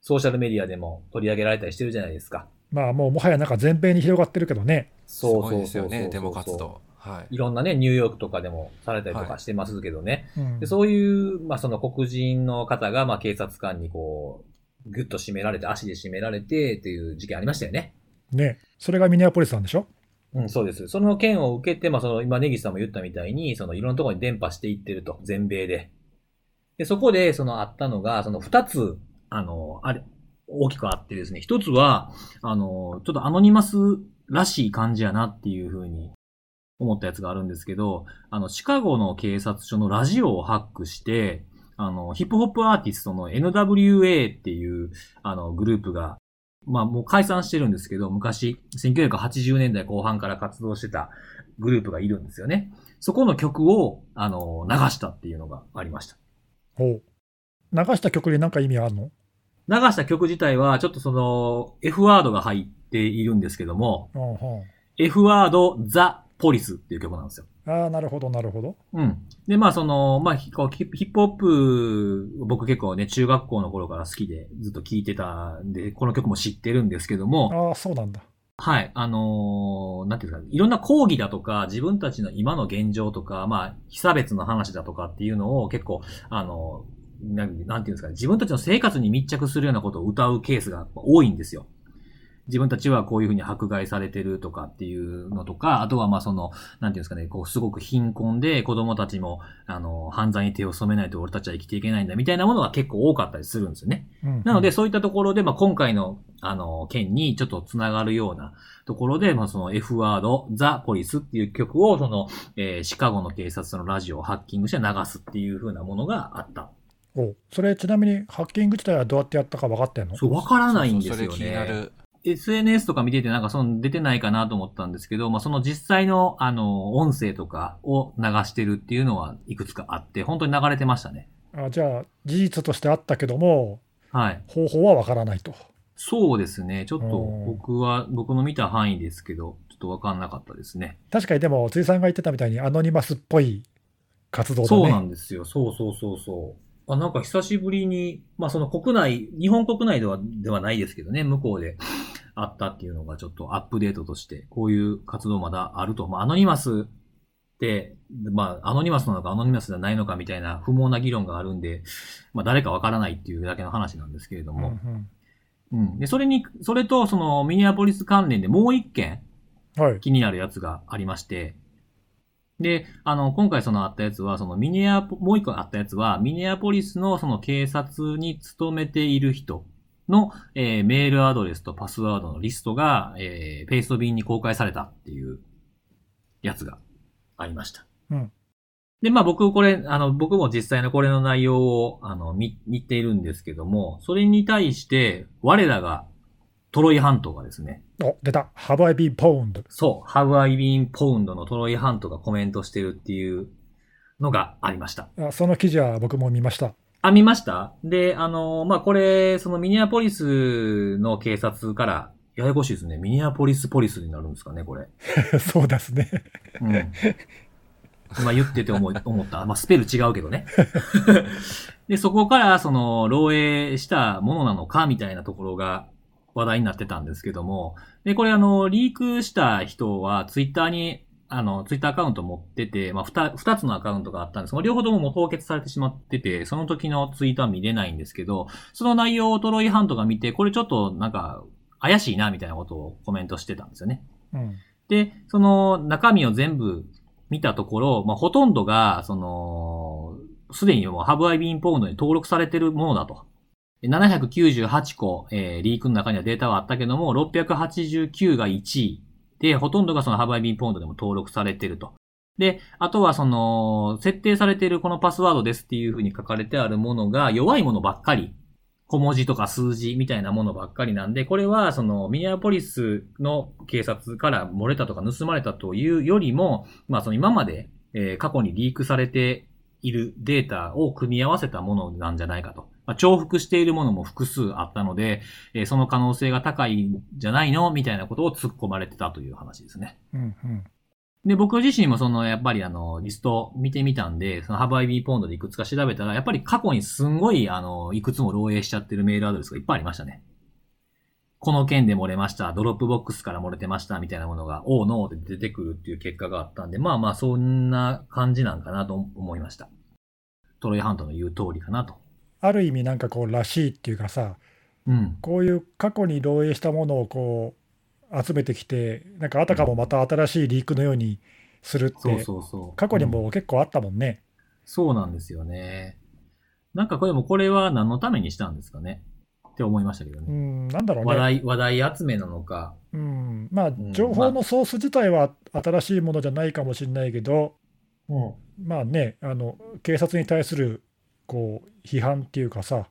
Speaker 1: ソーシャルメディアでも取り上げられたりしてるじゃないですか。
Speaker 2: まあもうもはやなんか全米に広がってるけどね
Speaker 3: すごいですよね、デモ活。動。はい。
Speaker 1: いろんなね、ニューヨークとかでもされたりとかしてますけどね。
Speaker 2: うん
Speaker 1: でそういう、まあ、その黒人の方が、まあ、警察官にこう、ぐっと締められて、足で締められてっていう事件ありましたよね。
Speaker 2: ねそれがミネアポリスなんでしょ
Speaker 1: うん、そうです。その件を受けて、まあ、その、今、根岸さんも言ったみたいに、その、いろんなところに伝播していってると、全米で。で、そこで、その、あったのが、その、二つ、あの、あれ、大きくあってですね、一つは、あの、ちょっとアノニマスらしい感じやなっていうふうに思ったやつがあるんですけど、あの、シカゴの警察署のラジオをハックして、あの、ヒップホップアーティストの NWA っていう、あの、グループがまあもう解散してるんですけど、昔、1980年代後半から活動してたグループがいるんですよね。そこの曲を、あの、流したっていうのがありました。
Speaker 2: ほう流した曲に何か意味あるの
Speaker 1: 流した曲自体は、ちょっとその、F ワードが入っているんですけども、
Speaker 2: うんうん、
Speaker 1: F ワード、ザ・ポリスっていう曲なんですよ。
Speaker 2: ああなるほどなるほど
Speaker 1: うん。で、まあ、その、まあ、ヒこうヒヒップホップ、僕結構ね、中学校の頃から好きでずっと聴いてたんで、この曲も知ってるんですけども、
Speaker 2: ああそうなんだ
Speaker 1: はい。あのーなんていうんですか、いろんな抗議だとか、自分たちの今の現状とか、まあ、被差別の話だとかっていうのを結構、あのーなん、なんていうんですか、自分たちの生活に密着するようなことを歌うケースが多いんですよ。自分たちはこういうふうに迫害されてるとかっていうのとか、あとはまあその、なんていうんですかね、こうすごく貧困で子供たちも、あのー、犯罪に手を染めないと俺たちは生きていけないんだみたいなものが結構多かったりするんですよね。
Speaker 2: うんうん
Speaker 1: なので、そういったところで、まあ、今回の、あの、件にちょっとつながるようなところで、まあ、その F ワード、ザ・ポリスっていう曲を、その、えーシカゴの警察のラジオをハッキングして流すっていう風なものがあった。
Speaker 2: おそれちなみにハッキング自体はどうやってやったか分かってんの
Speaker 1: そう、わからないんですよ
Speaker 3: そう
Speaker 1: ね。
Speaker 3: そうそれ気になる。
Speaker 1: SNS とか見ててなんかその出てないかなと思ったんですけど、まあ、その実際の、あの、音声とかを流してるっていうのはいくつかあって、本当に流れてましたね。
Speaker 2: あじゃあ事実としてあったけども
Speaker 1: はい。
Speaker 2: 方法は分からないと
Speaker 1: そうですね。ちょっと
Speaker 2: うん
Speaker 1: 僕は、僕の見た範囲ですけど、ちょっとわかんなかったですね。
Speaker 2: 確かにでも辻さんが言ってたみたいにアノニマスっぽい活動だね
Speaker 1: そうなんですよ。そうそうそうそう。あなんか久しぶりに、まあその国内、日本国内ではではないですけどね、向こうであったっていうのがちょっとアップデートとして、こういう活動まだあると。まあアノニマスって、まあアノニマスなのかアノニマスじゃないのかみたいな不毛な議論があるんで、まあ誰かわからないっていうだけの話なんですけれど
Speaker 2: うん
Speaker 1: も。
Speaker 2: うん
Speaker 1: うん。で、それに、それとそのミネアポリス関連でもう一件、
Speaker 2: はい
Speaker 1: 気になるやつがありまして、で、あの、今回そのあったやつは、そのミネアポ、もう一個あったやつは、ミネアポリスのその警察に勤めている人の、えーメールアドレスとパスワードのリストが、えーペースト便に公開されたっていうやつがありました。
Speaker 2: うん
Speaker 1: で、まあ僕これ、あの、僕も実際のこれの内容を、あの、見、見ているんですけども、それに対して、我らが、トロイ半島がですね、
Speaker 2: お出た「ハバイビーポーンド
Speaker 1: そう、Have I Been Pwned のトロイハントがコメントしてるっていうのがありました。」
Speaker 2: あその記事は僕も見ました
Speaker 1: あ、見ましたで、あの、まあ、これ、そのミネアポリスの警察からややこしいですね。ミニアポリスポリスになるんですかね、これ。
Speaker 2: そうですね。
Speaker 1: うん。今言ってて思い思った。まあ、スペル違うけどね。 で、そこから、その、漏洩したものなのか、みたいなところが話題になってたんですけども、で、これ、あの、リークした人は、ツイッターに、あの、ツイッターアカウント持ってて、まあ、二、二つのアカウントがあったんですが、両方とももう凍結されてしまってて、その時のツイートは見れないんですけど、その内容をトロイハントが見て、これちょっと、なんか、怪しいな、みたいなことをコメントしてたんですよね。
Speaker 2: うん。
Speaker 1: で、その中身を全部見たところ、まあ、ほとんどが、その、すでにもうハブアイビーンポーンドに登録されてるものだと。で798個、えーリークの中にはデータはあったけども、689が1位。で、ほとんどがそのハブアイビーンポーンドでも登録されてると。で、あとはその、設定されているこのパスワードですっていう風に書かれてあるものが弱いものばっかり小文字とか数字みたいなものばっかりなんで、これはそのミネアポリスの警察から漏れたとか盗まれたというよりも、まあその今まで、えー過去にリークされているデータを組み合わせたものなんじゃないかと。まあ、重複しているものも複数あったので、えーその可能性が高いんじゃないのみたいなことを突っ込まれてたという話ですね。
Speaker 2: うん。うん。
Speaker 1: で、僕自身もその、やっぱりあの、リスト見てみたんで、そのハブアイビーポンドでいくつか調べたら、やっぱり過去にすんごい、あの、いくつも漏洩しちゃってるメールアドレスがいっぱいありましたね。この件で漏れました、ドロップボックスから漏れてました、みたいなものが、おうのうで出てくるっていう結果があったんで、まあまあ、そんな感じなんかなと思いました。トロイハントの言う通りかなと。
Speaker 2: ある意味なんかこうらしいっていうかさ、
Speaker 1: うん。
Speaker 2: こういう過去に漏洩したものをこう集めてきて、なんかあたかもまた新しいリークのようにするっ
Speaker 1: そう
Speaker 2: て、
Speaker 1: そうそう。
Speaker 2: 過去に
Speaker 1: うん
Speaker 2: も結構あったもんね。
Speaker 1: そうなんですよね。なんかこれも、これは何のためにしたんですかねって思いましたけどね
Speaker 2: う。ん、なんだろう
Speaker 1: 話
Speaker 2: ね。
Speaker 1: 題、話題集めなのか。
Speaker 2: うん、まあ
Speaker 1: ん
Speaker 2: 情報のソース自体は新しいものじゃないかもしれないけど、
Speaker 1: うん。
Speaker 2: まあね、あの警察に対するこう批判っていうかさ、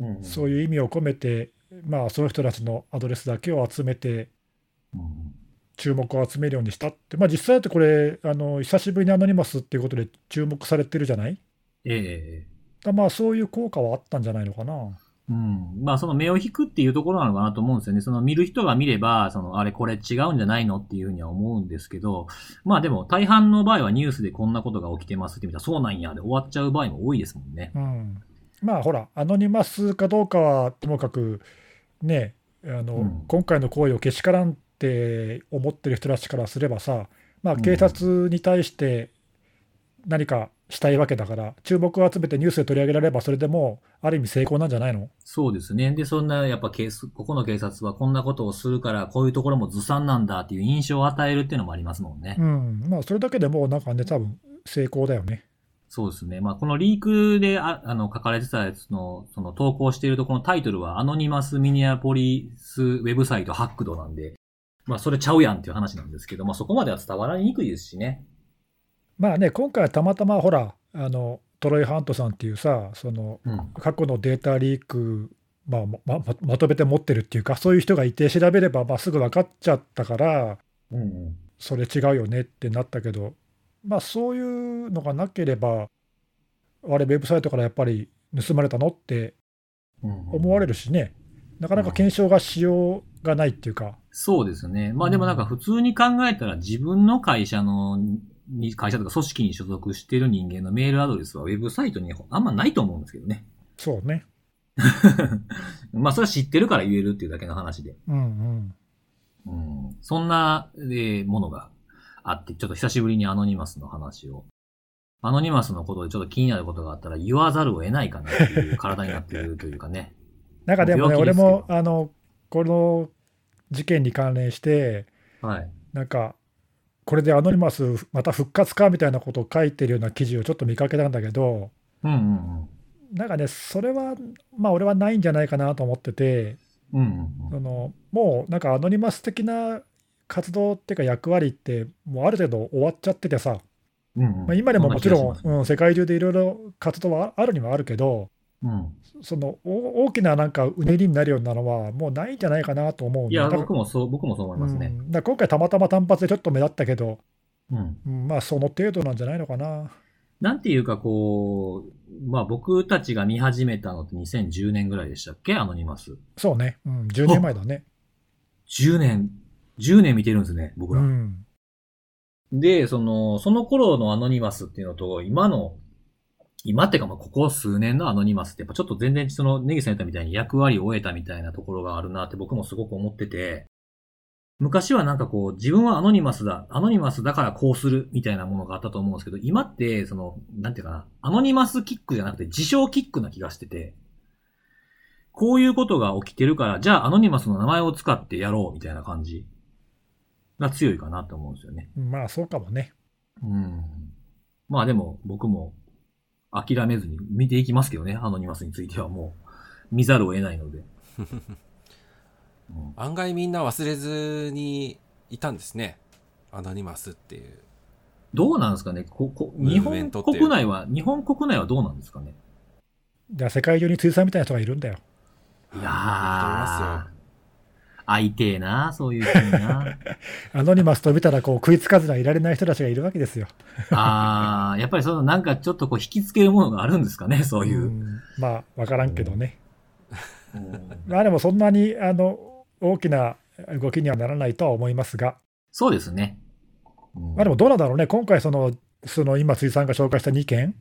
Speaker 1: うん
Speaker 2: そういう意味を込めて、まあ、その人たちのアドレスだけを集めて、
Speaker 1: うん。
Speaker 2: 注目を集めるようにしたって、まあ、実際だってこれあの、久しぶりにアノニマスっていうことで注目されてるじゃない
Speaker 1: ええ
Speaker 2: だまあ、そういう効果はあったんじゃないのかな。
Speaker 1: うん。まあ、その目を引くっていうところなのかなと思うんですよね。その見る人が見れば、その、あれこれ違うんじゃないのっていうふうには思うんですけど、まあでも大半の場合はニュースでこんなことが起きてますって見たら、そうなんやで終わっちゃう場合も多いですもんね。
Speaker 2: うん、まあ、ほら、アノニマスかどうかはともかく、ねあの、
Speaker 1: うん
Speaker 2: 今回の行為をけしからんって思ってる人たちからすればさ、まあ、
Speaker 1: うん
Speaker 2: 警察に対して何かしたいわけだから、注目を集めてニュースで取り上げられれば、それでもうある意味成功なんじゃないの
Speaker 1: そうですね。で、そんな、やっぱケース、ここの警察はこんなことをするから、こういうところもずさんなんだっていう印象を与えるっていうのもありますもんね。
Speaker 2: うん、まあそれだけでもうなんかね、多分成功だよね。
Speaker 1: そうですね。まあ、このリークでああの書かれてたやつの、その投稿しているところのタイトルは、アノニマスミニアポリスウェブサイトハックドなんで、まあ、それちゃうやんっていう話なんですけど、まあ、そこまでは伝わりにくいですしね。
Speaker 2: まあね、今回はたまたまほら、あのトロイ・ハントさんっていうさ、その
Speaker 1: うん。
Speaker 2: 過去のデータリーク、まあままままとめて持ってるっていうか、そういう人がいて調べれば、まあ、すぐ分かっちゃったから、
Speaker 1: うん、うん。
Speaker 2: それ違うよねってなったけど、まあそういうのがなければ、あれ、ウェブサイトからやっぱり盗まれたのって思われ
Speaker 1: る。
Speaker 2: るしね、なかなか検証がしようがないっていうか、
Speaker 1: そうですね。まあ、でもなんか普通に考えたら、自分の会社の、に会社とか組織に所属している人間のメールアドレスはウェブサイトにあんまないと思うんですけどね。
Speaker 2: そうね。
Speaker 1: まあ、それは知ってるから言えるっていうだけの話で。
Speaker 2: うんうん
Speaker 1: うんそんな、えーものがあって、ちょっと久しぶりにアノニマスの話を。アノニマスのことでちょっと気になることがあったら言わざるを得ないかなっていう体になっているというかね。
Speaker 2: なんかでもね、
Speaker 1: 病気で
Speaker 2: 俺
Speaker 1: すけど
Speaker 2: もあのこの事件に関連して、
Speaker 1: はい。
Speaker 2: なんか、これでアノニマス、また復活かみたいなことを書いてるような記事をちょっと見かけたんだけど、
Speaker 1: うんうん
Speaker 2: なんかね、それは、まあ、俺はないんじゃないかなと思ってて、
Speaker 1: うん。うんうんう
Speaker 2: そ
Speaker 1: ん。
Speaker 2: のもうなんかアノニマス的な活動っていうか、役割って、もうある程度終わっちゃっててさ、
Speaker 1: うんうん
Speaker 2: まあ、今でももちろ
Speaker 1: そ
Speaker 2: ん
Speaker 1: な気がします
Speaker 2: うん、世界中でいろいろ活動はあるにはあるけど、
Speaker 1: うん。
Speaker 2: そのお大きななんかうねりになるようなのは、もうないんじゃないかなと思うん
Speaker 1: い
Speaker 2: で
Speaker 1: や、
Speaker 2: だから
Speaker 1: 僕もそう、僕もそう思いますね。
Speaker 2: うん、だから今回たまたま単発でちょっと目立ったけど、
Speaker 1: うん。
Speaker 2: うんまあその程度なんじゃないのかな。
Speaker 1: なんていうかこう、まあ僕たちが見始めたのって2010年ぐらいでしたっけアノニマス。
Speaker 2: そうね、うん、10年前だね。
Speaker 1: 10年、10年見てるんですね、僕
Speaker 2: う
Speaker 1: ら。
Speaker 2: ん。
Speaker 1: で、その、その頃のアノニマスっていうのと、今の、今っていうか、まあ、ここ数年のアノニマスって、やっぱちょっと全然、その、ネギさん言ったみたいに役割を終えたみたいなところがあるなって僕もすごく思ってて、昔はなんかこう、自分はアノニマスだ、アノニマスだからこうするみたいなものがあったと思うんですけど、今って、その、なんていうかな、アノニマスキックじゃなくて、自称キックな気がしてて、こういうことが起きてるから、じゃあアノニマスの名前を使ってやろうみたいな感じが強いかなと思うんですよね。
Speaker 2: まあ、そうかもね。
Speaker 1: うん。まあでも、僕も諦めずに見ていきますけどね、アノニマスについてはもう、見ざるを得ないので。うん
Speaker 3: 案外みんな忘れずにいたんですね。アノニマスっていう。
Speaker 1: どうなんですかねここ
Speaker 3: ム
Speaker 1: 日
Speaker 3: ーブメ
Speaker 1: 本
Speaker 3: ントっていう
Speaker 1: 国内は、日本国内はどうなんですかね
Speaker 2: じゃあ、世界中に辻さんみたいな人がいるんだよ。
Speaker 1: いやー。
Speaker 3: あ
Speaker 1: 会いてえな、そういう人に な。
Speaker 2: アノニマスと見たら、こう、食いつかずにはいられない人たちがいるわけですよ。
Speaker 1: あー、やっぱりそのなんかちょっとこう引きつけるものがあるんですかねそういう。
Speaker 2: んまあ、わからんけどね。
Speaker 1: うん
Speaker 2: まあ、でも、そんなに、あの、大きな動きにはならないとは思いますが。
Speaker 1: そうですね。うん
Speaker 2: まあでもどうなんだろうね、今回その、その今、辻さんが紹介した2件、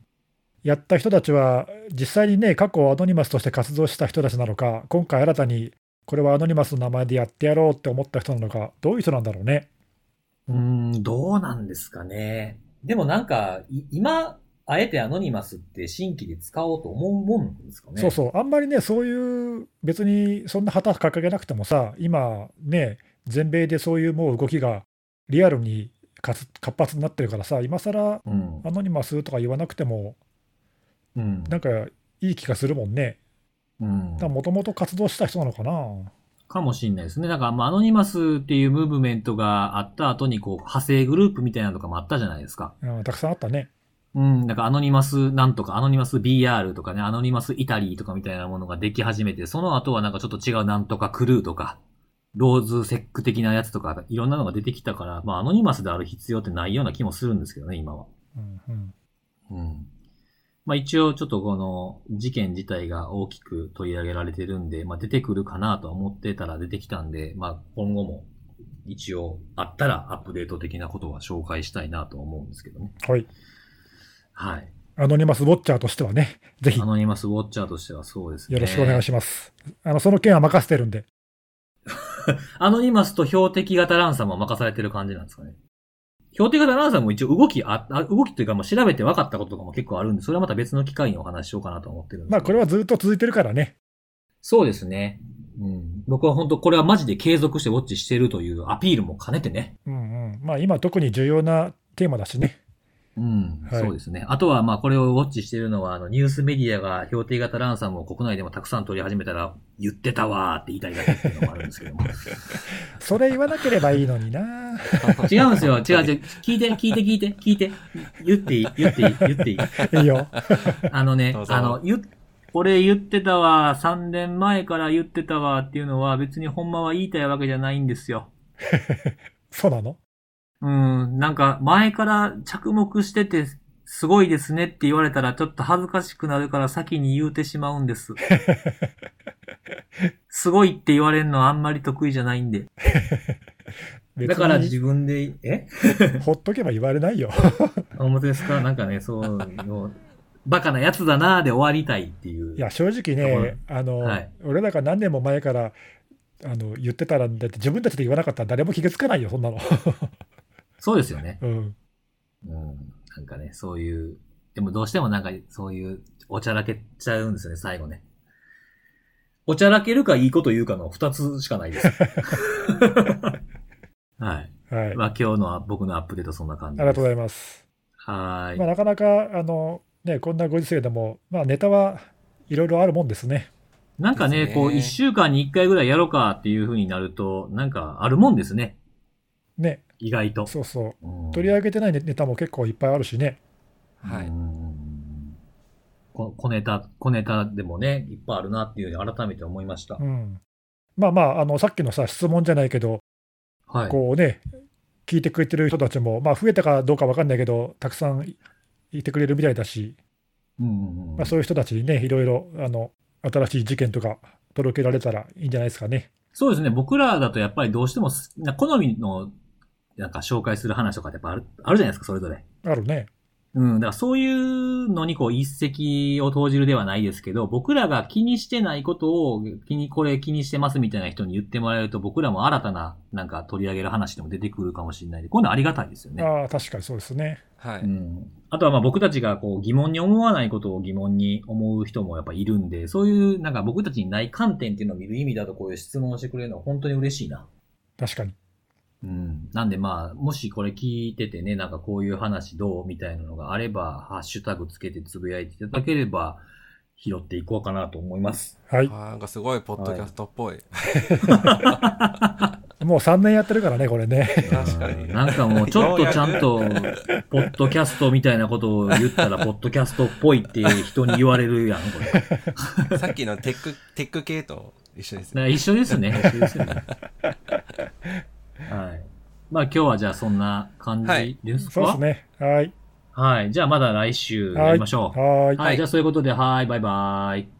Speaker 2: やった人たちは、実際にね、過去、アノニマスとして活動した人たちなのか、今回新たに、これはアノニマスの名前でやってやろうって思った人なのか、どういう人なんだろうね。
Speaker 1: うーん、どうなんですかね。でもなんか、い今、あえてアノニマスって新規で使おうと思うもんなんですかね。
Speaker 2: そうそう、あんまりね、そういう、別にそんな旗掲げなくてもさ、今、ね、全米でそういうもう動きがリアルに活活発になってるからさ、今更
Speaker 1: う。うん
Speaker 2: ア。ノニマスとか言わなくても、
Speaker 1: うん。
Speaker 2: なんかいい気がするもんね。
Speaker 1: うん、
Speaker 2: もともと活動した人なのかな。
Speaker 1: かもしれないですね。だから、まあ、アノニマスっていうムーブメントがあった後に、こう、派生グループみたいなのとかもあったじゃないですか。
Speaker 2: うん、たくさんあったね。
Speaker 1: うん。だから、アノニマスなんとか、アノニマス BR とかね、アノニマスイタリーとかみたいなものができ始めて、その後はなんかちょっと違うなんとかクルーとか、ローズセック的なやつとか、いろんなのが出てきたから、まあ、アノニマスである必要ってないような気もするんですけどね、今は。
Speaker 2: うんうん、
Speaker 1: うん。まあ一応ちょっとこの事件自体が大きく取り上げられてるんで、まあ出てくるかなとは思ってたら出てきたんで、まあ今後も一応あったらアップデート的なことは紹介したいなとは思うんですけどね。
Speaker 2: はい。
Speaker 1: はい。
Speaker 2: アノニマスウォッチャーとしてはね、ぜひ
Speaker 1: ア
Speaker 2: よ
Speaker 1: ノニマスウォッチャーとしてはそうですね。
Speaker 2: ろしくお願いします。あの、その件は任せてるんで。
Speaker 1: アノニマスと標的型ランサムは任されてる感じなんですかね。標的型ランサムも一応動きあ、あ動きというかもう調べて分かったこととかも結構あるんで、それはまた別の機会にお話ししようかなと思ってるんですけど
Speaker 2: まあ、これはずっと続いてるからね。
Speaker 1: そうですね。うん、僕は本当これはマジで継続してウォッチしてるというアピールも兼ねてね。
Speaker 2: うんうん。まあ、今特に重要なテーマだしね。
Speaker 1: うん、
Speaker 2: はい
Speaker 1: そうですね。あとはまあこれをウォッチしてるのはあのニュースメディアが標定型ランサムを国内でもたくさん取り始めたら言ってたわーって言いたいだけっていうのもあるんですけども。
Speaker 2: それ言わなければいいの にな。
Speaker 1: 違うんですよ。違う違う。聞いて、聞いて、聞いて、聞いて。言っていい、言っていい、言ってい い。
Speaker 2: いいよ。
Speaker 1: あのね
Speaker 3: どう、ぞ
Speaker 1: あの、言っ、俺言ってたわー、3年前から言ってたわーっていうのは別にほんまは言いたいわけじゃないんですよ。
Speaker 2: そうなの
Speaker 1: うん、なんか前から着目してて、すごいですねって言われたらちょっと恥ずかしくなるから先に言うてしまうん です。すごいって言われるのはあんまり得意じゃないんで。だから
Speaker 2: 別
Speaker 1: 自
Speaker 2: に
Speaker 1: 分で、え
Speaker 2: ほっとけば言われないよ。
Speaker 1: 本当ですかなんかね、そう、もうバカなやつだなーで終わりたいっていう。
Speaker 2: いや、正
Speaker 1: と
Speaker 2: 直
Speaker 1: こ
Speaker 2: ね
Speaker 1: ろ、
Speaker 2: あの、
Speaker 1: はい
Speaker 2: 俺らが何年も前から、あの言ってたらだって自分たちで言わなかったら誰も気がつかないよそん なの、
Speaker 1: そうですよね。
Speaker 2: うん、
Speaker 1: うん。なんかね、そういう、でもどうしてもなんかそういう、おちゃらけちゃうんですよね、最後ね。おちゃらけるかいいこと言うかの二つしかない です。はい。
Speaker 2: はい、
Speaker 1: まあ今日のは僕のアップデートそんな感じ
Speaker 2: ありがとうご
Speaker 1: う
Speaker 2: ざいます
Speaker 1: はーい、
Speaker 2: まあ、なかなかあの、ね、こんなご時世でも、まあ、ネタはいろいろあるもんですね。
Speaker 1: なんかね、
Speaker 3: ですね
Speaker 1: こう、一週間に一回ぐらいやろうかっていう風になると、なんかあるもんですね。
Speaker 2: ね、
Speaker 1: 意外と。
Speaker 2: そうそう、
Speaker 1: うん
Speaker 2: 取り上げてないネネタも結構いっぱいあるしね、
Speaker 3: は
Speaker 1: う
Speaker 3: い。
Speaker 1: んこ小ネタ、小ネタでもね、いっぱいあるなっていうふうに改めて思いました。
Speaker 2: うん、まあまああの、さっきのさ、質問じゃないけど、
Speaker 1: はい。
Speaker 2: こうね、聞いてくれてる人たちも、まあ、増えたかどうか分かんないけど、たくさんいてくれるみたいだし、
Speaker 1: うんうんうん
Speaker 2: まあ、そういう人たちにね、いろいろあの新しい事件とか届けられたらいいんじゃないですかね。
Speaker 1: そうですね。僕らだとやっぱりどうしてもす、な好みの、なんか紹介する話とかってやっぱあるあるじゃないですか、それぞれ。
Speaker 2: あるね。
Speaker 1: うん。だからそういうのにこう一石を投じるではないですけど、僕らが気にしてないことを、気に、これ気にしてますみたいな人に言ってもらえると、僕らも新たな、なんか取り上げる話でも出てくるかもしれないんで、こういうのありがたいですよね。
Speaker 2: ああ、確かにそうですね。
Speaker 3: はい。
Speaker 1: うん、あとはまあ僕たちがこう疑問に思わないことを疑問に思う人もやっぱいるんで、そういうなんか僕たちにない観点っていうのを見る意味だとこういう質問をしてくれるのは本当に嬉しいな。
Speaker 2: 確かに。
Speaker 1: うん。なんでまあ、もしこれ聞いててね、なんかこういう話どうみたいなのがあれば、ハッシュタグつけてつぶやいていただければ、拾っていこうかなと思います。
Speaker 2: はい
Speaker 3: あ。ーなんかすごいポッドキャストっぽい。
Speaker 2: もう3年やってるからね、こ れね。
Speaker 3: 確かに
Speaker 1: うんなんかもうちょっとちゃんと、ポッドキャストみたいなことを言ったら、ポッドキャストっぽいって人に言われるやん、これ。
Speaker 3: さっきのテック、テック系と一緒ですね。
Speaker 1: な一緒ですね。一緒ですよね。はい。まあ今日はじゃあそんな感じですか、
Speaker 2: そうですね。はい。
Speaker 1: はい。じゃあまだ来週やりましょう。
Speaker 2: はい。
Speaker 1: はい。じゃあそういうことで、はい。バイバイ。